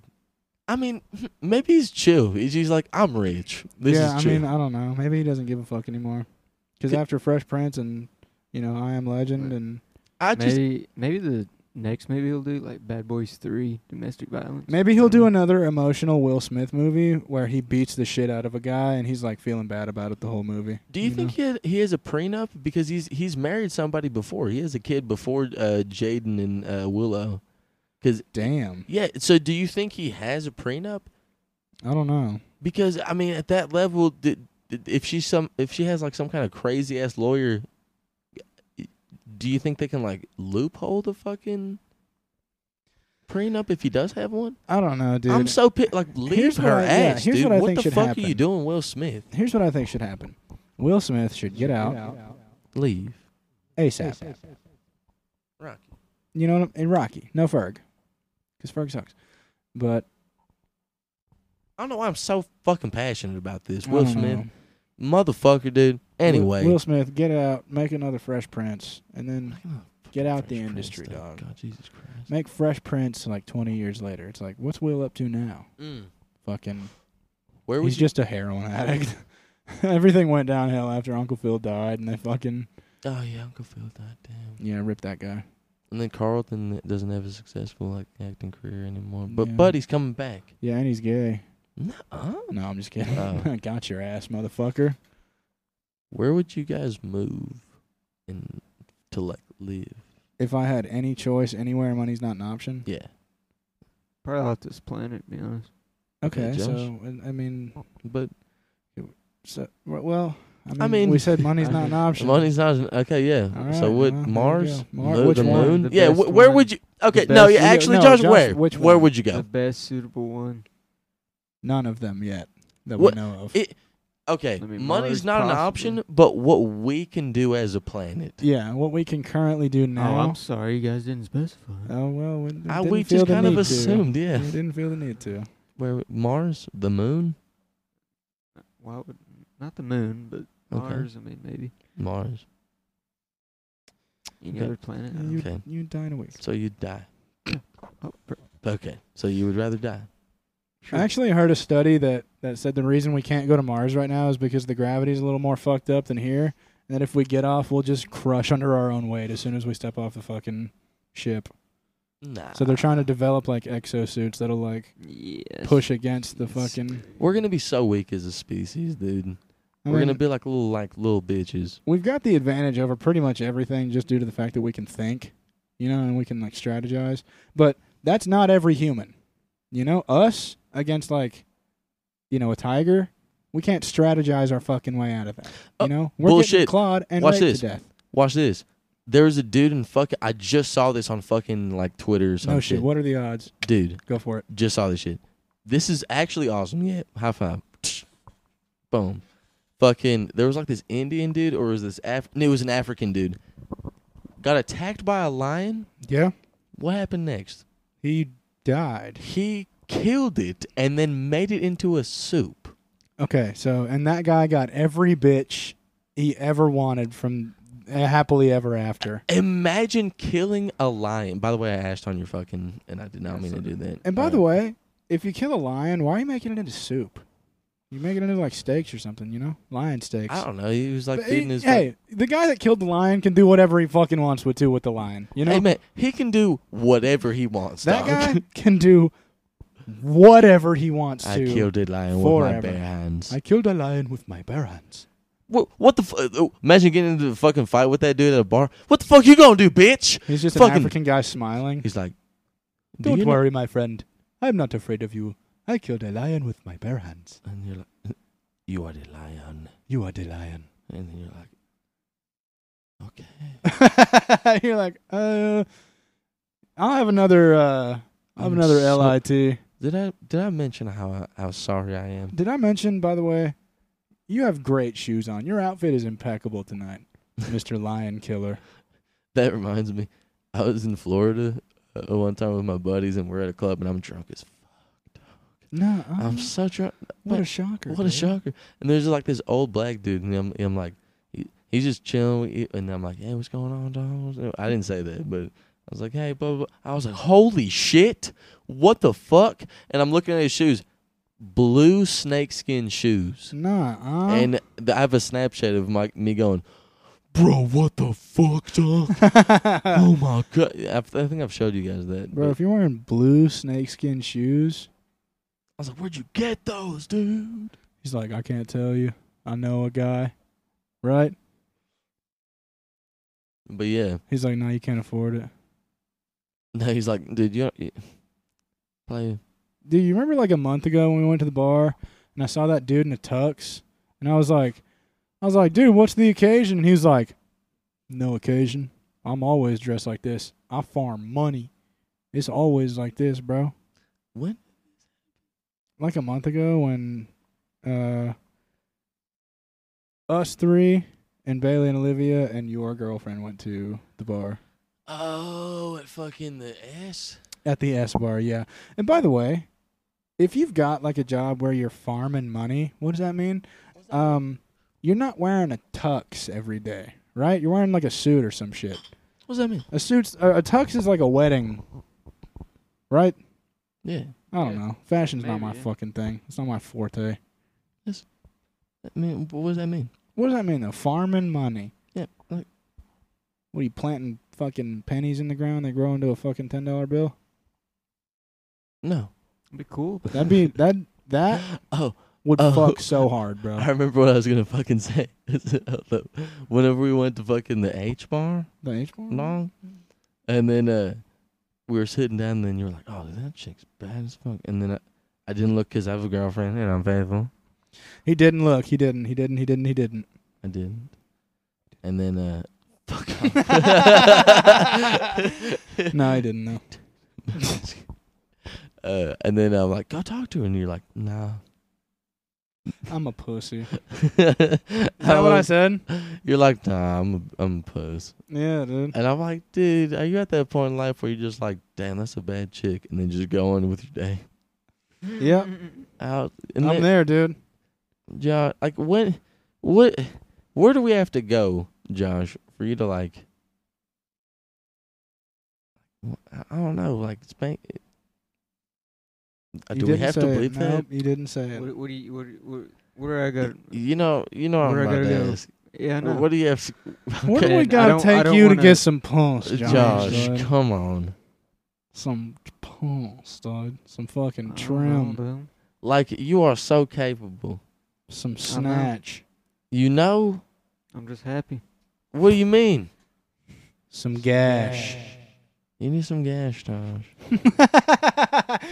Speaker 2: I mean, maybe he's chill. He's just like I'm rich. This
Speaker 1: yeah.
Speaker 2: is
Speaker 1: I
Speaker 2: chill.
Speaker 1: mean, I don't know. Maybe he doesn't give a fuck anymore. Because
Speaker 2: Could-
Speaker 1: after Fresh Prince and you know I am legend and
Speaker 2: I just
Speaker 3: Maybe maybe the next maybe he'll do like Bad Boys Three, domestic violence.
Speaker 1: Maybe he'll
Speaker 2: Mm-hmm.
Speaker 1: do another emotional Will Smith movie where he beats the shit out of a guy and he's like feeling bad about it the whole movie.
Speaker 2: Do you, think he had, he has a prenup because he's he's married somebody before he has a kid before uh, Jaden and uh, Willow?
Speaker 1: Damn,
Speaker 2: Yeah. So do you think he has a prenup?
Speaker 1: I don't know.
Speaker 2: Because I mean, at that level, did, did- if she's some if she has like some kind of crazy ass lawyer, do you think they can like loophole the fucking prenup if he does have one?
Speaker 1: I don't know, dude.
Speaker 2: I'm so pissed. Like leave
Speaker 1: Here's what
Speaker 2: her
Speaker 1: I- yeah,
Speaker 2: ass,
Speaker 1: here's
Speaker 2: dude.
Speaker 1: what I
Speaker 2: What,
Speaker 1: think
Speaker 2: the
Speaker 1: should
Speaker 2: fuck are you
Speaker 1: happen.
Speaker 2: doing, Will Smith?
Speaker 1: Here's what I think should happen: Will Smith should get out
Speaker 2: Leave.
Speaker 1: ASAP.
Speaker 2: Rocky.
Speaker 1: You know, what I'm, and Rocky, no Ferg, because Ferg sucks. But
Speaker 2: I don't know why I'm so fucking passionate about this.
Speaker 1: I
Speaker 2: Will
Speaker 1: don't
Speaker 2: Smith.
Speaker 1: know.
Speaker 2: motherfucker, dude. Anyway,
Speaker 1: Mm-hmm. Will, Will Smith, get out, make another Fresh Prince, and then get out the
Speaker 2: Fresh
Speaker 1: industry,
Speaker 2: Prince,
Speaker 1: dog.
Speaker 2: God, Jesus Christ.
Speaker 1: make Fresh Prince like 20 years later. It's like, what's Will up to now?
Speaker 2: Mm.
Speaker 1: Fucking
Speaker 2: Where was
Speaker 1: He's just a heroin addict. Everything went downhill after Uncle Phil died, and they fucking
Speaker 2: you? Oh yeah, Uncle Phil died. Damn.
Speaker 1: yeah ripped that guy.
Speaker 2: And then Carlton doesn't have a successful like acting career anymore. But
Speaker 1: Yeah.
Speaker 2: Buddy's coming back.
Speaker 1: Yeah, and he's gay.
Speaker 2: Nuh-uh.
Speaker 1: No, I'm just kidding.
Speaker 2: Oh.
Speaker 1: Got your ass, motherfucker.
Speaker 2: Where would you guys move and to like live?
Speaker 1: If I had any choice anywhere, money's not an option.
Speaker 2: Yeah.
Speaker 3: Probably off this planet, to be honest.
Speaker 1: Okay,
Speaker 2: Okay,
Speaker 1: so I I mean,
Speaker 2: But
Speaker 1: so, well, I mean,
Speaker 2: mean-
Speaker 1: we said money's not an option.
Speaker 2: money's not an, okay. Yeah.
Speaker 1: All right,
Speaker 2: so what?
Speaker 1: well, there you
Speaker 2: Mars?
Speaker 1: go. Mar-
Speaker 2: Moon-
Speaker 1: which
Speaker 2: the
Speaker 1: one?
Speaker 2: moon?
Speaker 3: The
Speaker 2: yeah.
Speaker 3: best
Speaker 2: Wh- where
Speaker 3: one.
Speaker 2: would you? Okay.
Speaker 3: The
Speaker 2: No.
Speaker 3: best-
Speaker 2: Yeah.
Speaker 1: Yeah,
Speaker 2: Actually,
Speaker 1: no,
Speaker 2: Josh,
Speaker 1: Josh,
Speaker 2: where?
Speaker 1: which
Speaker 2: where
Speaker 1: one?
Speaker 2: would you
Speaker 3: The
Speaker 2: go?
Speaker 3: best suitable one.
Speaker 1: None of them yet that
Speaker 2: What-
Speaker 1: we know of.
Speaker 2: it- Okay.
Speaker 3: I mean,
Speaker 2: money's
Speaker 3: Mars,
Speaker 2: not an
Speaker 3: possibly.
Speaker 2: option, but what we can do as a planet.
Speaker 1: yeah, what we can currently do
Speaker 3: Oh,
Speaker 1: now.
Speaker 3: I'm sorry, you guys didn't specify.
Speaker 1: oh well, we, we
Speaker 2: I,
Speaker 1: didn't
Speaker 2: Uh, we
Speaker 1: feel
Speaker 2: just
Speaker 1: the
Speaker 2: kind of
Speaker 1: need
Speaker 2: assumed,
Speaker 1: To.
Speaker 2: yeah.
Speaker 1: We didn't feel the need to.
Speaker 2: Where Mars, the moon,
Speaker 3: Why would not the moon, but
Speaker 2: Okay.
Speaker 3: Mars? I mean, maybe.
Speaker 2: Mars.
Speaker 3: Any
Speaker 2: Okay.
Speaker 3: other planet? I
Speaker 1: You,
Speaker 3: don't-
Speaker 2: Okay.
Speaker 1: you die in a week.
Speaker 2: So you'd die.
Speaker 3: Oh, per-
Speaker 2: Okay. So you would rather die.
Speaker 3: sure.
Speaker 1: I actually heard a study that, that said the reason we can't go to Mars right now is because the gravity's a little more fucked up than here. And that if we get off, we'll just crush under our own weight as soon as we step off the fucking ship.
Speaker 2: Nah.
Speaker 1: So they're trying to develop like exosuits that'll like
Speaker 3: yes.
Speaker 1: push against the
Speaker 3: Yes.
Speaker 1: fucking.
Speaker 2: We're gonna be so weak as a species, dude.
Speaker 1: I
Speaker 2: We're
Speaker 1: mean,
Speaker 2: gonna be like little like little bitches.
Speaker 1: We've got the advantage over pretty much everything just due to the fact that we can think, you know, and we can like strategize. But that's not every human. You know, us against like, you know, a tiger, we can't strategize our fucking way out of that.
Speaker 2: Oh,
Speaker 1: You know, we're getting
Speaker 2: bullshit.
Speaker 1: clawed and
Speaker 2: Watch
Speaker 1: raped
Speaker 2: this.
Speaker 1: to death.
Speaker 2: Watch this. There's a dude in fucking. I just saw this on fucking like Twitter or some
Speaker 1: No
Speaker 2: shit.
Speaker 1: shit. What are the odds?
Speaker 2: Dude,
Speaker 1: Go for it.
Speaker 2: just saw this shit. This is actually awesome. Yeah, high five. Boom. Fucking. There was like this Indian dude, or was this Af? no, It was an African dude. Got attacked by a lion.
Speaker 1: Yeah,
Speaker 2: What happened next?
Speaker 1: he died.
Speaker 2: He killed it and then made it into a soup.
Speaker 1: Okay, so and that guy got every bitch he ever wanted from uh, happily ever after.
Speaker 2: Imagine killing a lion. By the way, I asked on your fucking, and I did not mean to do that.
Speaker 1: And by
Speaker 2: Uh,
Speaker 1: the way, if you kill a lion, why are you making it into soup? You're making it into like steaks or something, you know? Lion steaks.
Speaker 2: I don't know. He was like
Speaker 1: But
Speaker 2: feeding
Speaker 1: he-
Speaker 2: his.
Speaker 1: hey, the guy that killed the lion can do whatever he fucking wants with too with the lion. You know,
Speaker 2: hey man, he can do whatever he wants.
Speaker 1: that
Speaker 2: dog.
Speaker 1: guy can do whatever he wants
Speaker 2: I
Speaker 1: to.
Speaker 2: killed a lion
Speaker 1: forever.
Speaker 2: with my bare hands.
Speaker 1: I killed a lion with my bare hands.
Speaker 2: what, what the? Fu- imagine getting into a fucking fight with that dude at a bar. What the fuck you gonna do, bitch?
Speaker 1: He's just an
Speaker 2: Fucking-
Speaker 1: African guy smiling.
Speaker 2: He's like, "Do
Speaker 1: Don't
Speaker 2: you know-"
Speaker 1: worry, my friend. I'm not afraid of you. I killed a lion with my bare hands.
Speaker 2: And you're like, you are the lion.
Speaker 1: You are the lion.
Speaker 2: And then you're like, okay.
Speaker 1: You're like, uh, I'll have another. uh I have
Speaker 2: I'm
Speaker 1: another
Speaker 2: so-
Speaker 1: LIT.
Speaker 2: Did I did I mention how I, how sorry I am?
Speaker 1: Did I mention, by the way, you have great shoes on. Your outfit is impeccable tonight, Mr. Lion Killer.
Speaker 2: That reminds me, I was in Florida uh, one time with my buddies, and we're at a club, and I'm drunk as.
Speaker 1: No,
Speaker 2: I'm so drunk.
Speaker 1: what a shocker!
Speaker 2: What a shocker! And there's like this old black dude, and I'm, I'm like, he, he's just chilling, with you, and I'm like, hey, what's going on, dog? I didn't say that, but I was like, hey, blah, blah, blah. I was like, holy shit, what the fuck? And I'm looking at his shoes, blue snakeskin shoes,
Speaker 1: Nah,
Speaker 2: and th- I have a Snapchat of my me going, bro, what the fuck, dog? oh my god! I, I think I've showed you guys that.
Speaker 1: bro,
Speaker 2: but
Speaker 1: if you're wearing blue snakeskin shoes,
Speaker 2: I was like, where'd you get those, dude?
Speaker 1: he's like, I can't tell you. I know a guy, right?
Speaker 2: But yeah.
Speaker 1: He's like, no, you can't afford it.
Speaker 2: No, he's like, dude, you don't, you, play.
Speaker 1: Dude, you remember like a month ago when we went to the bar and I saw that dude in a tux, and I was like, I was like, dude, what's the occasion? And he was like, no occasion. I'm always dressed like this. I farm money. It's always like this, bro.
Speaker 2: When?
Speaker 1: Like a month ago when, uh, us three and Bailey and Olivia and your girlfriend went to the bar
Speaker 2: Oh, at fucking the S.
Speaker 1: at the S bar. Yeah. And by the way, if you've got like a job where you're farming money, what does that mean? um, you're not wearing a tux every day, right? You're wearing like a suit or some shit.
Speaker 2: What does that mean?
Speaker 1: A suit's a, a tux is like a wedding, right?
Speaker 2: Yeah,
Speaker 1: I don't
Speaker 3: Yeah.
Speaker 1: know. Fashion's not my
Speaker 3: Maybe, yeah.
Speaker 1: fucking thing. It's not my forte.
Speaker 2: I mean, what does that mean?
Speaker 1: What does that mean though? Farming money.
Speaker 2: Yeah, like-
Speaker 1: What are you planting? Fucking pennies in the ground. They grow into a fucking ten dollar bill.
Speaker 2: No.
Speaker 3: It'd be cool.
Speaker 1: That'd be that. That
Speaker 2: Oh,
Speaker 1: would
Speaker 2: Oh.
Speaker 1: fuck so hard, bro.
Speaker 2: I remember what I was gonna fucking say. Whenever we went to fucking the H bar
Speaker 1: The H bar.
Speaker 2: long, and then uh, we were sitting down, and then you were like, "Oh, that chick's bad as fuck," and then I, I didn't look because I have a girlfriend and I'm faithful.
Speaker 1: He didn't look. He didn't. He didn't. He didn't. He didn't.
Speaker 2: I didn't. And then uh, fuck off.
Speaker 1: No, he didn't. No.
Speaker 2: uh, and then I'm like, go talk to her, and you're like, nah.
Speaker 1: I'm a pussy.
Speaker 2: Is that
Speaker 1: said?
Speaker 2: You're like, nah, I'm a, I'm a puss.
Speaker 1: Yeah, dude.
Speaker 2: And I'm like, dude, are you at that point in life where you're just like, damn, that's a bad chick, and then just go on with your day?
Speaker 1: Yep.
Speaker 2: Out and
Speaker 1: I'm
Speaker 2: then,
Speaker 1: there, dude.
Speaker 2: Josh, like, when, what, where do we have to go, Josh, for you to like I don't know. Like spank. Uh,
Speaker 1: You
Speaker 2: Do we
Speaker 1: didn't
Speaker 2: have to
Speaker 1: say it.
Speaker 2: bleep that?
Speaker 1: Nope, you didn't say it.
Speaker 3: What, what do you? What, what, where do I go?
Speaker 2: You know, you know, I'm
Speaker 3: Where I
Speaker 2: about
Speaker 3: gotta
Speaker 2: to
Speaker 3: go?
Speaker 2: ask.
Speaker 3: Yeah, I know.
Speaker 2: What do you have? s-
Speaker 1: What do
Speaker 2: Okay.
Speaker 1: we
Speaker 3: I
Speaker 1: gotta
Speaker 3: don't- I
Speaker 1: take
Speaker 3: don't
Speaker 1: you to
Speaker 3: wanna-
Speaker 1: get some punks,
Speaker 2: Uh,
Speaker 1: Josh?
Speaker 2: Josh,
Speaker 1: dude?
Speaker 2: come on.
Speaker 1: Some punks, dude. Some fucking
Speaker 3: I don't know,
Speaker 1: trim.
Speaker 3: bro.
Speaker 2: Like you are so capable.
Speaker 1: Some snatch.
Speaker 2: You know
Speaker 3: I'm just happy.
Speaker 2: what do you mean?
Speaker 1: Some gash.
Speaker 2: You need some gas, Josh.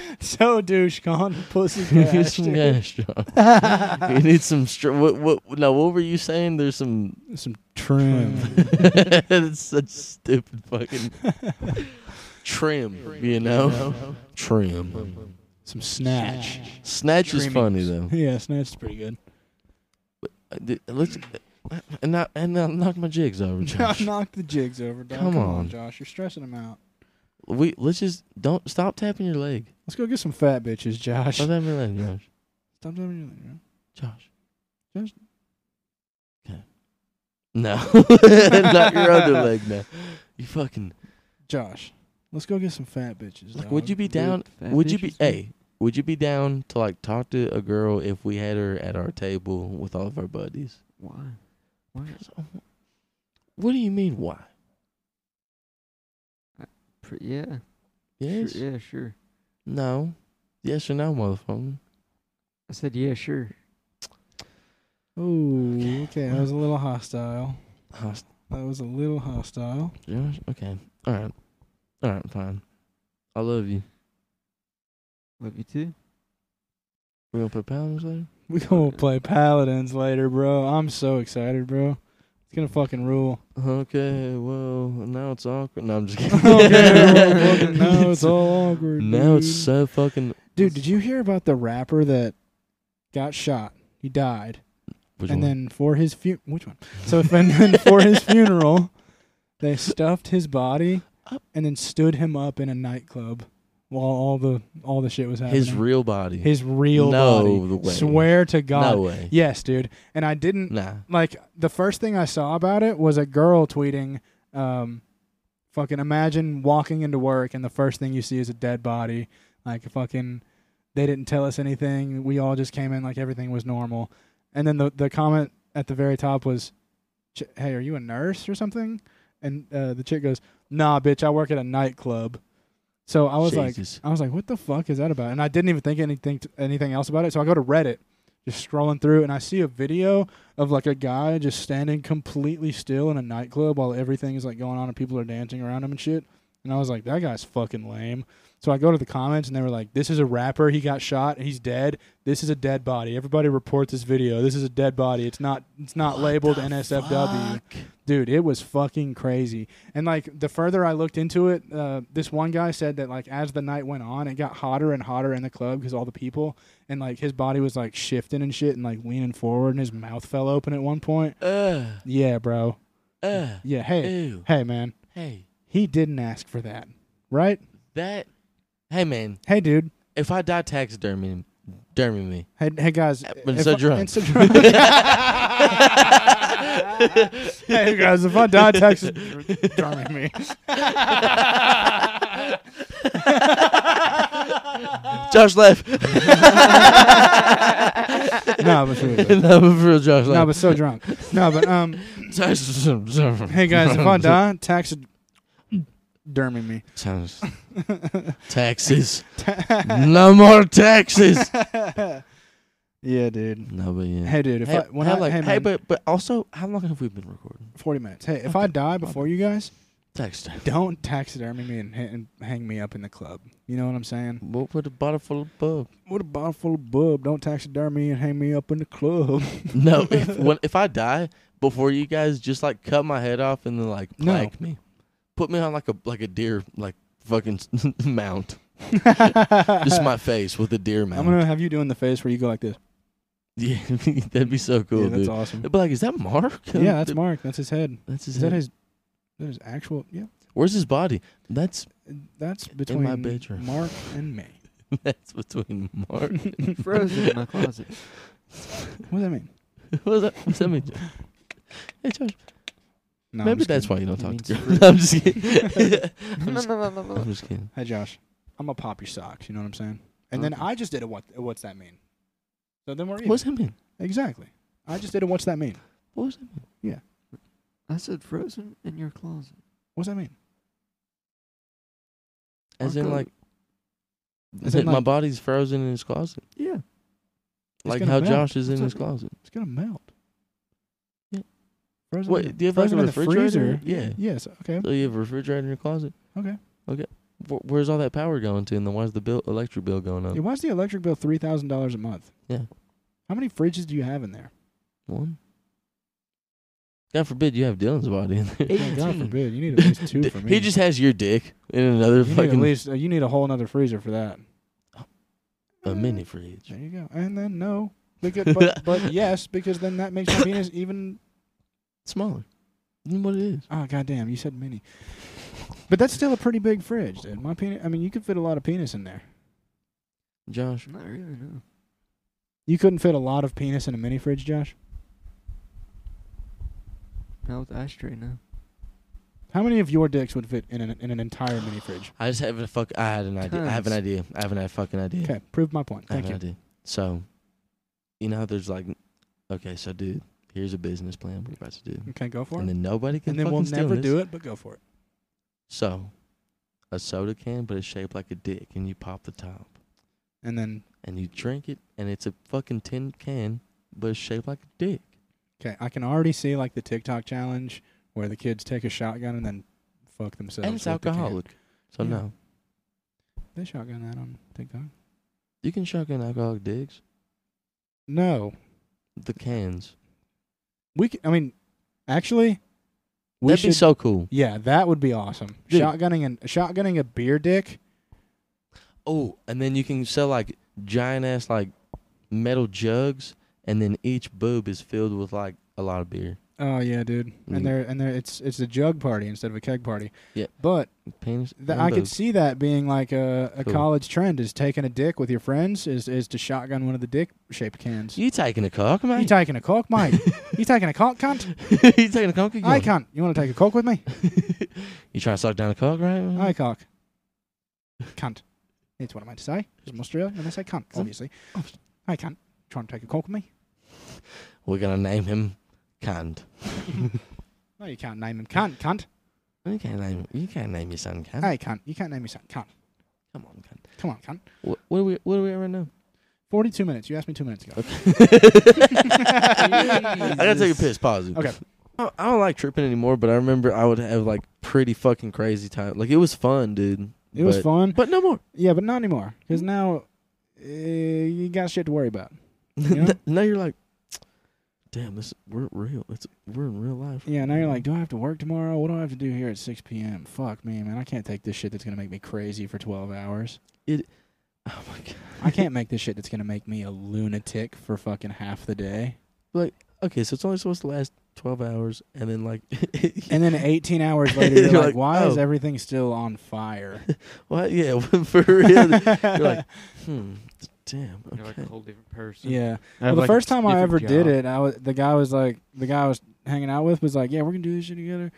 Speaker 1: so douche con pussy
Speaker 2: you need
Speaker 1: gash,
Speaker 2: some
Speaker 1: dude.
Speaker 2: gas, Josh. you need some str- what, what? No, what were you saying? There's some.
Speaker 1: Some trim.
Speaker 2: That's such stupid fucking trim. You know, trim.
Speaker 1: Some snatch.
Speaker 2: Snatch is funny
Speaker 3: Trimmings.
Speaker 2: though.
Speaker 1: Yeah, snatch is pretty good.
Speaker 2: Uh, d- Let's uh, and not and not knock my jigs over, Josh.
Speaker 1: Knock the jigs over, dog.
Speaker 2: Come
Speaker 1: Come, on.
Speaker 2: on.
Speaker 1: Josh. You're stressing them out.
Speaker 2: We let's just don't stop tapping your leg.
Speaker 1: Let's go get some fat bitches, Josh.
Speaker 2: Stop
Speaker 1: Stop
Speaker 2: tapping your leg, Josh.
Speaker 1: doing your thing,
Speaker 2: Josh.
Speaker 1: Josh.
Speaker 2: Okay. No, not your other leg. No, you fucking.
Speaker 1: bro. Josh. Let's go get some fat bitches.
Speaker 2: Like,
Speaker 1: dog.
Speaker 2: would you be down?
Speaker 3: Fat
Speaker 2: Would you be
Speaker 3: bitches, man.
Speaker 2: a? Would you be down to like talk to a girl if we had her at our table with all of our buddies?
Speaker 3: Why? Why?
Speaker 2: What do you mean? Why?
Speaker 3: Pre- yeah.
Speaker 2: Yes.
Speaker 3: Sure, yeah, sure.
Speaker 2: No. Yes or no, motherfucker.
Speaker 3: I said yeah, sure.
Speaker 1: Ooh, okay. That was a little hostile.
Speaker 2: Host-
Speaker 1: That was a little hostile.
Speaker 2: Josh? Okay. All right. All right. Fine. I love you.
Speaker 3: Love you too.
Speaker 2: We're gonna put pounds later.
Speaker 1: We gonna play Paladins later, bro. I'm so excited, bro. It's gonna fucking rule.
Speaker 2: Okay. Well, now it's awkward. No, I'm just kidding.
Speaker 1: okay, well, fucking now it's all awkward.
Speaker 2: Now it's
Speaker 1: dude.
Speaker 2: so fucking.
Speaker 1: dude. Did you hear about the rapper that got shot? He died,
Speaker 2: Which
Speaker 1: and
Speaker 2: one?
Speaker 1: then for his fu- which one? So if- and then for his funeral, they stuffed his body and then stood him up in a nightclub while all the all the shit was happening.
Speaker 2: his real body.
Speaker 1: His real
Speaker 2: No
Speaker 1: body.
Speaker 2: way.
Speaker 1: Swear to God.
Speaker 2: No way.
Speaker 1: Yes, dude. And I didn't
Speaker 2: Nah.
Speaker 1: like the first thing I saw about it was a girl tweeting, um, fucking imagine walking into work and the first thing you see is a dead body. Like fucking, they didn't tell us anything. We all just came in like everything was normal. And then the the comment at the very top was, "Ch- "Hey, are you a nurse or something?" And uh, the chick goes, "Nah, bitch, I work at a nightclub." So I was like,
Speaker 2: Jesus.
Speaker 1: I was like, "What the fuck is that about?" And I didn't even think anything anything else about it. So I go to Reddit, just scrolling through, and I see a video of like a guy just standing completely still in a nightclub while everything is like going on and people are dancing around him and shit. And I was like, "That guy's fucking lame." So I go to the comments and they were like, "This is a rapper. He got shot. He's dead. This is a dead body. Everybody report this video. This is a dead body. It's not. It's not
Speaker 2: What
Speaker 1: labeled
Speaker 2: the
Speaker 1: NSFW."
Speaker 2: fuck?
Speaker 1: dude it was fucking crazy and like the further i looked into it uh, this one guy said that like as the night went on it got hotter and hotter in the club because all the people and like his body was like shifting and shit and like leaning forward and his mouth fell open at one point
Speaker 2: Uh.
Speaker 1: yeah bro
Speaker 2: Uh.
Speaker 1: yeah hey
Speaker 2: Ew.
Speaker 1: hey man
Speaker 2: Hey.
Speaker 1: he didn't ask for that right
Speaker 2: That. Hey man.
Speaker 1: hey dude
Speaker 2: If I die taxidermy, dermy me.
Speaker 1: hey, hey guys
Speaker 2: But
Speaker 1: if
Speaker 2: so
Speaker 1: I-
Speaker 2: drunk.
Speaker 1: and so drunk. hey guys if i die texas drunk me
Speaker 2: Josh left.
Speaker 1: no but seriously.
Speaker 2: no, but for real, Josh
Speaker 1: No,
Speaker 2: left.
Speaker 1: but so drunk. No, but um,
Speaker 2: Josh-
Speaker 1: hey guys, if I die, taxidermy me.
Speaker 2: Josh. taxes. no more taxes.
Speaker 1: yeah, dude.
Speaker 2: No, but yeah.
Speaker 1: Hey, dude. If
Speaker 2: Hey,
Speaker 1: I when
Speaker 2: hey,
Speaker 1: I
Speaker 2: like,
Speaker 1: hey,
Speaker 2: hey,
Speaker 1: man,
Speaker 2: but but also, how long have we been recording?
Speaker 1: forty minutes. Hey, if I die before you guys,
Speaker 2: Text.
Speaker 1: don't taxidermy me and, ha- and hang me up in the club. You know what I'm saying?
Speaker 2: What put a bottle full of bub?
Speaker 1: What a bottle full of bub. Don't taxidermy me and hang me up in the club.
Speaker 2: No, if when if I die before you guys, just like cut my head off and then like
Speaker 1: No.
Speaker 2: plank me, put me on like a like a deer like fucking mount. Just my face with a deer mount.
Speaker 1: I'm gonna have you doing the face where you go like this.
Speaker 2: Yeah, that'd be so cool,
Speaker 1: yeah, that's
Speaker 2: dude.
Speaker 1: awesome.
Speaker 2: They'd be like, is that Mark?
Speaker 1: Yeah, that's Mark. That's his head.
Speaker 2: That's his
Speaker 1: Is that
Speaker 2: head.
Speaker 1: his? That is actual. Yeah.
Speaker 2: Where's his body? That's
Speaker 1: That's between
Speaker 2: my bedroom.
Speaker 1: Mark and me.
Speaker 2: that's between Mark.
Speaker 3: Frozen in my closet.
Speaker 1: What does that mean?
Speaker 2: What's that? What's that mean? Josh? Hey, Josh.
Speaker 1: No,
Speaker 2: Maybe that's why you don't
Speaker 3: It
Speaker 2: talk
Speaker 3: means
Speaker 2: to girls.
Speaker 3: fruit.
Speaker 2: I'm just kidding. I'm just- I'm just kidding.
Speaker 1: Hey Josh, I'm gonna pop your socks. You know what I'm saying? And then
Speaker 3: Okay.
Speaker 1: I just did a what? a What's that mean? So then we're even.
Speaker 2: What's that mean?
Speaker 1: exactly. I just did a what's that mean?
Speaker 2: What does that mean?
Speaker 3: I said frozen in your closet.
Speaker 1: What's that mean?
Speaker 2: As
Speaker 3: Uncle-
Speaker 2: in like,
Speaker 1: As in,
Speaker 2: my
Speaker 1: like-
Speaker 2: body's frozen in his closet.
Speaker 3: Yeah.
Speaker 1: It's
Speaker 2: like
Speaker 1: gonna
Speaker 2: how
Speaker 1: melt.
Speaker 2: Josh is in his
Speaker 3: What's that mean?
Speaker 2: closet.
Speaker 1: It's gonna melt.
Speaker 2: Yeah.
Speaker 1: Frozen. in-
Speaker 2: What? Do you have like a
Speaker 1: frozen in the
Speaker 2: refrigerator?
Speaker 1: freezer?
Speaker 2: Yeah.
Speaker 1: Yes. Okay.
Speaker 2: So you have a refrigerator in your closet.
Speaker 1: Okay.
Speaker 2: Wh- Where's all that power going to? And then why's the bill, electric bill going up?
Speaker 1: Yeah, why's the electric bill three thousand dollars a month?
Speaker 2: Um. Yeah.
Speaker 1: How many fridges do you have in there?
Speaker 2: One. God forbid you have Dylan's body in there.
Speaker 1: Yeah, God forbid. You need at least two for me.
Speaker 2: He just has your dick in another
Speaker 1: you need at
Speaker 2: fucking
Speaker 1: least uh, you need a whole another freezer for that.
Speaker 2: a mini fridge.
Speaker 1: There you go. And then no, because, but, but yes, because then that makes my penis even.
Speaker 2: Smaller than what it is.
Speaker 1: Oh goddamn! You said mini, but that's still a pretty big fridge, dude. My penis. I mean, you could fit a lot of penis in there.
Speaker 2: Josh,
Speaker 3: Not really, no.
Speaker 1: You couldn't fit a lot of penis in a mini fridge, Josh.
Speaker 3: Not with the ashtray now.
Speaker 1: How many of your dicks would fit in an in an entire mini fridge?
Speaker 2: I just have a fuck. I had an idea. I have an
Speaker 3: Tons.
Speaker 2: idea. I have an I fucking idea.
Speaker 1: Okay, prove my point.
Speaker 2: I have
Speaker 1: Thank
Speaker 2: an
Speaker 1: you.
Speaker 2: idea. So, you know, how there's like, okay, so dude, here's a business plan we're about to do,
Speaker 1: Okay, go for
Speaker 2: and
Speaker 1: it.
Speaker 2: then nobody can.
Speaker 1: And then
Speaker 2: fucking
Speaker 1: we'll
Speaker 2: steal
Speaker 1: never
Speaker 2: this.
Speaker 1: do it, but go for it.
Speaker 2: So, a soda can, but it's shaped like a dick, and you pop the top,
Speaker 1: And then
Speaker 2: and you drink it, and it's a fucking tin can, but it's shaped like a dick.
Speaker 1: Okay, I can already see like the TikTok challenge where the kids take a shotgun and then fuck themselves.
Speaker 2: and it's
Speaker 1: with the can.
Speaker 2: alcoholic. So
Speaker 1: Yeah.
Speaker 2: no,
Speaker 1: They shotgun that on TikTok.
Speaker 2: you can shotgun alcoholic dicks.
Speaker 1: No,
Speaker 2: The cans.
Speaker 1: we. Can, I mean, actually, we
Speaker 2: That'd
Speaker 1: should.
Speaker 2: be so cool.
Speaker 1: yeah, that would be awesome.
Speaker 2: Dude.
Speaker 1: Shotgunning and shotgunning a beer dick.
Speaker 2: Oh, and then you can sell like giant ass like metal jugs, and then each boob is filled with like a lot of beer.
Speaker 1: Oh yeah, dude.
Speaker 2: Mm.
Speaker 1: And they're and they're it's it's a jug party instead of a keg party.
Speaker 2: Yeah.
Speaker 1: But
Speaker 2: Penis.
Speaker 1: th-
Speaker 2: and
Speaker 1: I could
Speaker 2: boobs.
Speaker 1: see that being like a, a
Speaker 2: Cool.
Speaker 1: college trend is taking a dick with your friends is is to shotgun one of the dick shaped cans.
Speaker 2: You taking a cock,
Speaker 1: You
Speaker 2: mate?
Speaker 1: taking a coke, mate? you taking a coke, cunt?
Speaker 2: you taking a cock? You,
Speaker 1: I can't. You want to take a coke with me?
Speaker 2: you trying to suck down a cock, right?
Speaker 1: I cock. Cunt. It's what I meant to say. It's from Australia, and they say cunt,
Speaker 2: Cunt.
Speaker 1: obviously. I cunt. Trying to take a coke with me?
Speaker 2: We're gonna name him Cand.
Speaker 1: No, you can't name him cunt, cunt.
Speaker 2: You can't name. You can't name your son Cand.
Speaker 1: Hey, cunt. You can't name your son cunt.
Speaker 2: Come on, Cand.
Speaker 1: Come on, cunt.
Speaker 2: What, what are we? What are we at right now?
Speaker 1: 42 minutes. You asked me two minutes ago.
Speaker 2: I gotta take a piss. Pause. it.
Speaker 1: Okay.
Speaker 2: I I don't like tripping anymore, but I remember I would have like pretty fucking crazy time. Like it was fun, dude.
Speaker 1: It was
Speaker 2: But-
Speaker 1: fun.
Speaker 2: but no more.
Speaker 1: Yeah, but not anymore. Because now uh, you got shit to worry about. Yeah.
Speaker 2: now you're like, damn, this we're real. It's we're in real life.
Speaker 1: Yeah, now you're like, do I have to work tomorrow? What do I have to do here at 6 p.m.? Fuck me, man. I can't take this shit that's going to make me crazy for 12 hours.
Speaker 2: oh my god.
Speaker 1: I can't make this shit that's going to make me a lunatic for fucking half the day.
Speaker 2: Okay, so it's only supposed to last twelve hours, and then like,
Speaker 1: And then 18 hours later, you're,
Speaker 2: You're
Speaker 1: like,
Speaker 2: like,
Speaker 1: why is
Speaker 2: oh.
Speaker 1: everything still on fire?
Speaker 2: what? Yeah, for real. you're like, hmm, damn.
Speaker 3: You're like a
Speaker 2: Okay.
Speaker 3: whole different person.
Speaker 1: yeah. Well, the first time I ever did it, I was, the guy was like, the guy I was hanging out with was like, yeah, we're going to do this shit together.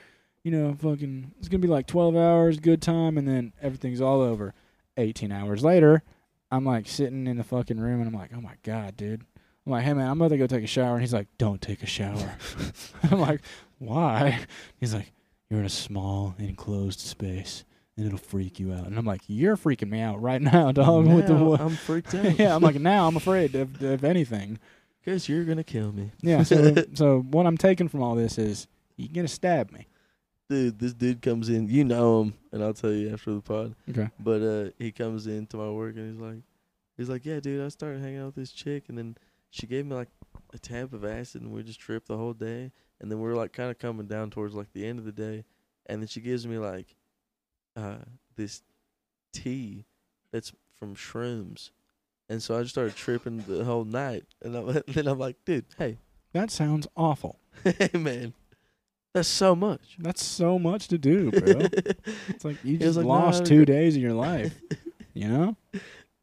Speaker 1: You know, fucking, it's going to be like 12 hours, good time, and then everything's all over. 18 hours later, I'm like sitting in the fucking room and I'm like, oh my God, dude. I'm like, hey, man, I'm about to go take a shower. And he's like, don't take a shower. I'm like, why? He's like, you're in a small, enclosed space and it'll freak you out. And I'm like, you're freaking me out right now, dog, with the
Speaker 2: Now
Speaker 1: wo-
Speaker 2: I'm freaked out.
Speaker 1: yeah, I'm like, now I'm afraid of, of anything.
Speaker 2: because you're gonna kill me,
Speaker 1: Yeah, so, so what I'm taking from all this is you're going to stab me.
Speaker 2: dude. This dude comes in, you know him, and I'll tell you after the pod.
Speaker 1: Okay.
Speaker 2: But uh, he comes into my work and he's like, he's like, yeah, dude, I started hanging out with this chick, and then she gave me like a tab of acid, and we just tripped the whole day, and then we are like kind of coming down towards like the end of the day, and then she gives me like, uh, this tea that's from shrooms, and so I just started tripping the whole night, and, I'm, then I'm like, dude, hey,
Speaker 1: That sounds awful.
Speaker 2: hey, man, that's so much.
Speaker 1: That's so much to do, bro. it's like you
Speaker 2: He
Speaker 1: just
Speaker 2: was like, "No,
Speaker 1: lost
Speaker 2: I
Speaker 1: two
Speaker 2: regret-"
Speaker 1: days of your life, you know?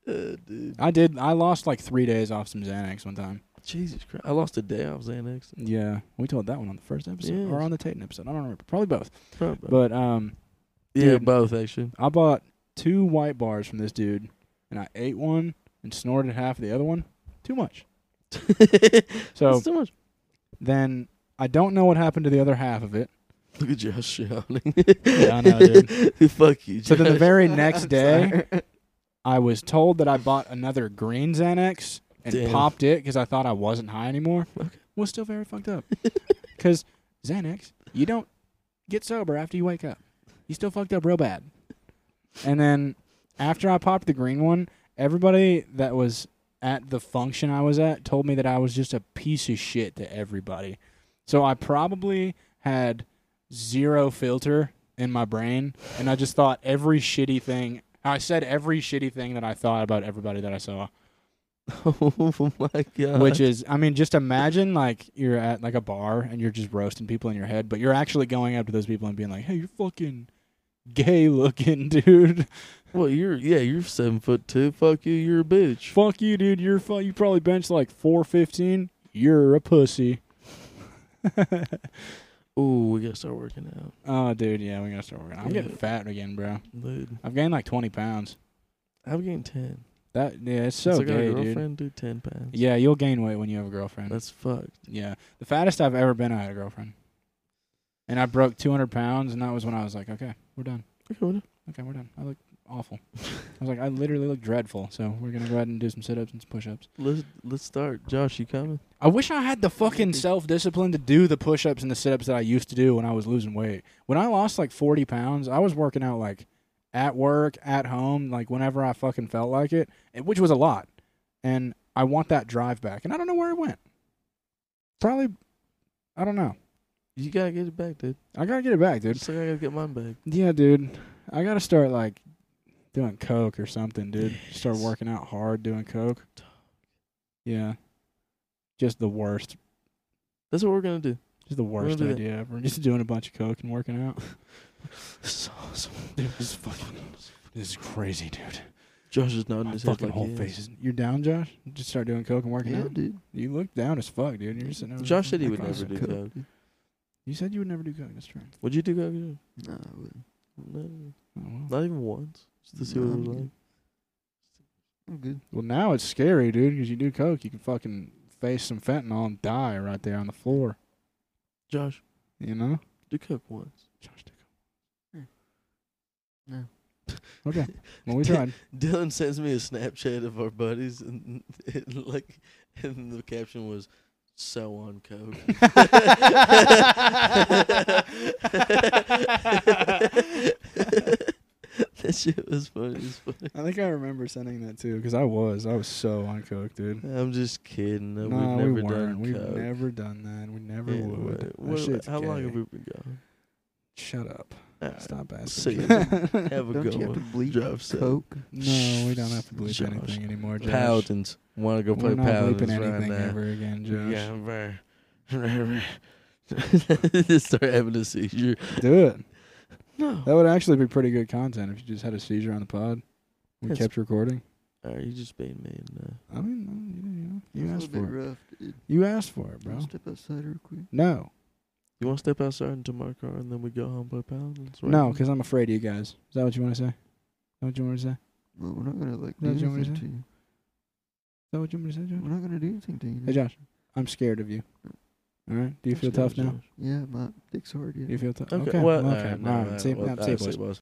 Speaker 2: Uh, dude.
Speaker 1: I did. I lost like three days off some Xanax one time.
Speaker 2: Jesus Christ! I lost a day off Xanax.
Speaker 1: Yeah, we told that one on the first episode
Speaker 2: Yes.
Speaker 1: or on the Titan episode. I don't remember. Probably both.
Speaker 2: Probably.
Speaker 1: But um,
Speaker 2: yeah,
Speaker 1: dude.
Speaker 2: both actually.
Speaker 1: I bought two white bars from this dude, and I ate one and snorted half of the other one. Too much. So
Speaker 2: That's too much.
Speaker 1: then I don't know what happened to the other half of it.
Speaker 2: Look at Josh shouting.
Speaker 1: Yeah, I know, dude.
Speaker 2: Fuck you, Josh.
Speaker 1: So then the very next
Speaker 3: I'm
Speaker 1: day,
Speaker 3: sorry.
Speaker 1: I was told that I bought another green Xanax and
Speaker 2: Damn.
Speaker 1: popped it because I thought I wasn't high anymore.
Speaker 2: Okay.
Speaker 1: Was still very fucked up. Because Xanax, you don't get sober after you wake up. You still fucked up real bad. And then after I popped the green one, everybody that was at the function I was at told me that I was just a piece of shit to everybody. So I probably had zero filter in my brain and I just thought every shitty thing I said every shitty thing that I thought about everybody that I saw.
Speaker 2: oh my god.
Speaker 1: Which is I mean, just imagine like you're at like a bar and you're just roasting people in your head, but you're actually going up to those people and being like, Hey, you're fucking gay looking dude.
Speaker 2: well, you're yeah, you're seven foot two. Fuck you, you're a bitch.
Speaker 1: Fuck you, dude. You're fu- you probably bench like four fifteen. You're a pussy.
Speaker 2: Ooh, we gotta start working out,
Speaker 1: Oh, dude, yeah, we gotta start working. I'm getting
Speaker 2: Yeah.
Speaker 1: fat again, bro.
Speaker 2: dude.
Speaker 1: I've gained like 20 pounds.
Speaker 2: I've gained ten.
Speaker 1: That yeah, it's
Speaker 2: Since
Speaker 1: so
Speaker 2: I got
Speaker 1: gay,
Speaker 2: a
Speaker 1: dude.
Speaker 2: girlfriend, dude, ten pounds.
Speaker 1: Yeah, you'll gain weight when you have a girlfriend.
Speaker 2: that's fucked.
Speaker 1: yeah, the fattest I've ever been, I had a girlfriend, and I broke 200 pounds, and that was when I was like, okay, we're done.
Speaker 2: Okay, what up?
Speaker 1: Okay, we're done. I look awful. I was like, I literally look dreadful. So we're gonna go ahead and do some sit-ups and some push-ups.
Speaker 2: Let's let's start. Josh, you coming?
Speaker 1: I wish I had the fucking self-discipline to do the push-ups and the sit-ups that I used to do when I was losing weight. When I lost like 40 pounds, I was working out like at work, at home, like whenever I fucking felt like it, and- which was a lot. And I want that drive back, and I don't know where it went. Probably, I don't know.
Speaker 2: You gotta get it back, dude.
Speaker 1: I gotta get it back, dude.
Speaker 2: Just like I gotta get mine back.
Speaker 1: Yeah, dude. I gotta start like doing coke or something, dude. Start
Speaker 2: Yes.
Speaker 1: working out hard doing coke. Yeah, just the worst.
Speaker 2: That's what we're gonna do.
Speaker 1: Just the worst
Speaker 2: do that.
Speaker 1: idea ever. Just doing a bunch of coke and working out.
Speaker 2: This is awesome.
Speaker 1: Dude, this is fucking. This is crazy, dude.
Speaker 2: Josh is nodding
Speaker 1: My
Speaker 2: his head
Speaker 1: fucking
Speaker 2: like
Speaker 1: whole
Speaker 2: yes.
Speaker 1: face is. You're down, Josh? Just start doing coke and working
Speaker 3: yeah,
Speaker 1: out.
Speaker 3: dude.
Speaker 1: You look down as fuck, dude. You're just sitting over
Speaker 2: Josh
Speaker 1: there.
Speaker 2: said he would
Speaker 1: That's
Speaker 2: never
Speaker 1: awesome.
Speaker 2: do coke.
Speaker 1: You said you would never do coke. That's true.
Speaker 2: Would you do coke? dude?
Speaker 3: No, I wouldn't.
Speaker 2: No,
Speaker 1: Oh, well.
Speaker 2: not even once. Just to see what it was
Speaker 3: No.
Speaker 2: like.
Speaker 3: I'm good.
Speaker 1: well, now it's scary, dude. Because you do coke, you can fucking face some fentanyl and die right there on the floor.
Speaker 2: Josh,
Speaker 1: You know.
Speaker 2: do coke once.
Speaker 1: Josh
Speaker 3: Hmm.
Speaker 1: Dickel.
Speaker 3: No.
Speaker 1: Hmm. Okay. Well, we tried.
Speaker 2: Dylan sends me a Snapchat of our buddies, and, and like, and the caption was, "So on coke." that shit was funny. as fuck.
Speaker 1: I think I remember sending that too because I was. I was so on coke, dude.
Speaker 2: I'm just kidding. No,
Speaker 1: no,
Speaker 2: we've never
Speaker 1: we weren't.
Speaker 2: done
Speaker 1: We've
Speaker 2: coke.
Speaker 1: never done that. We never
Speaker 2: Yeah,
Speaker 1: would. That
Speaker 2: what-
Speaker 1: shit's
Speaker 2: how long
Speaker 1: gay.
Speaker 2: have we been gone?
Speaker 1: Shut up.
Speaker 2: Alright,
Speaker 1: Stop
Speaker 2: see
Speaker 1: asking.
Speaker 2: ya. have a
Speaker 3: Don't
Speaker 2: good
Speaker 3: you have to
Speaker 2: one.
Speaker 3: bleep
Speaker 2: Drive safe.
Speaker 3: Coke?
Speaker 1: no, we don't have to bleep
Speaker 2: Josh.
Speaker 1: anything anymore, Josh.
Speaker 2: Paladins want to go play
Speaker 1: We're not bleeping
Speaker 2: Paladins right
Speaker 1: anything
Speaker 2: now.
Speaker 1: ever again, Josh.
Speaker 2: Yeah, I'm very. Just start having a seizure.
Speaker 1: Do it.
Speaker 2: No.
Speaker 1: That would actually be pretty good content if you just had a seizure on the pod. We
Speaker 2: That's-
Speaker 1: kept recording.
Speaker 2: All right, you just beat me. And,
Speaker 1: I mean, you know, you
Speaker 3: That's
Speaker 1: asked
Speaker 3: a little
Speaker 1: for it.
Speaker 3: bit rough, dude.
Speaker 1: You asked for it,
Speaker 3: Can I
Speaker 1: bro.
Speaker 3: Step outside real quick.
Speaker 1: No.
Speaker 2: you want to step outside into my car and then we go home play Paladins? right?
Speaker 1: No, because I'm afraid of you guys. Is that what you want to say? Is that what you want to say? Is
Speaker 3: Well, we're not gonna like do
Speaker 1: That's what we're
Speaker 3: anything to
Speaker 1: saying?
Speaker 3: you.
Speaker 1: that what you want me to say, Josh?
Speaker 3: We're not gonna do anything to you.
Speaker 1: Hey, Josh, I'm scared of you. All right. Do you feel tough now?
Speaker 3: Yeah, my dick's hard. Yeah.
Speaker 1: Do you feel tough?
Speaker 2: Okay.
Speaker 1: Okay.
Speaker 2: Well,
Speaker 1: okay.
Speaker 2: all right, no,
Speaker 1: all right. See,
Speaker 2: well,
Speaker 1: now,
Speaker 2: I
Speaker 1: see,
Speaker 2: see,
Speaker 1: boys.
Speaker 2: boys.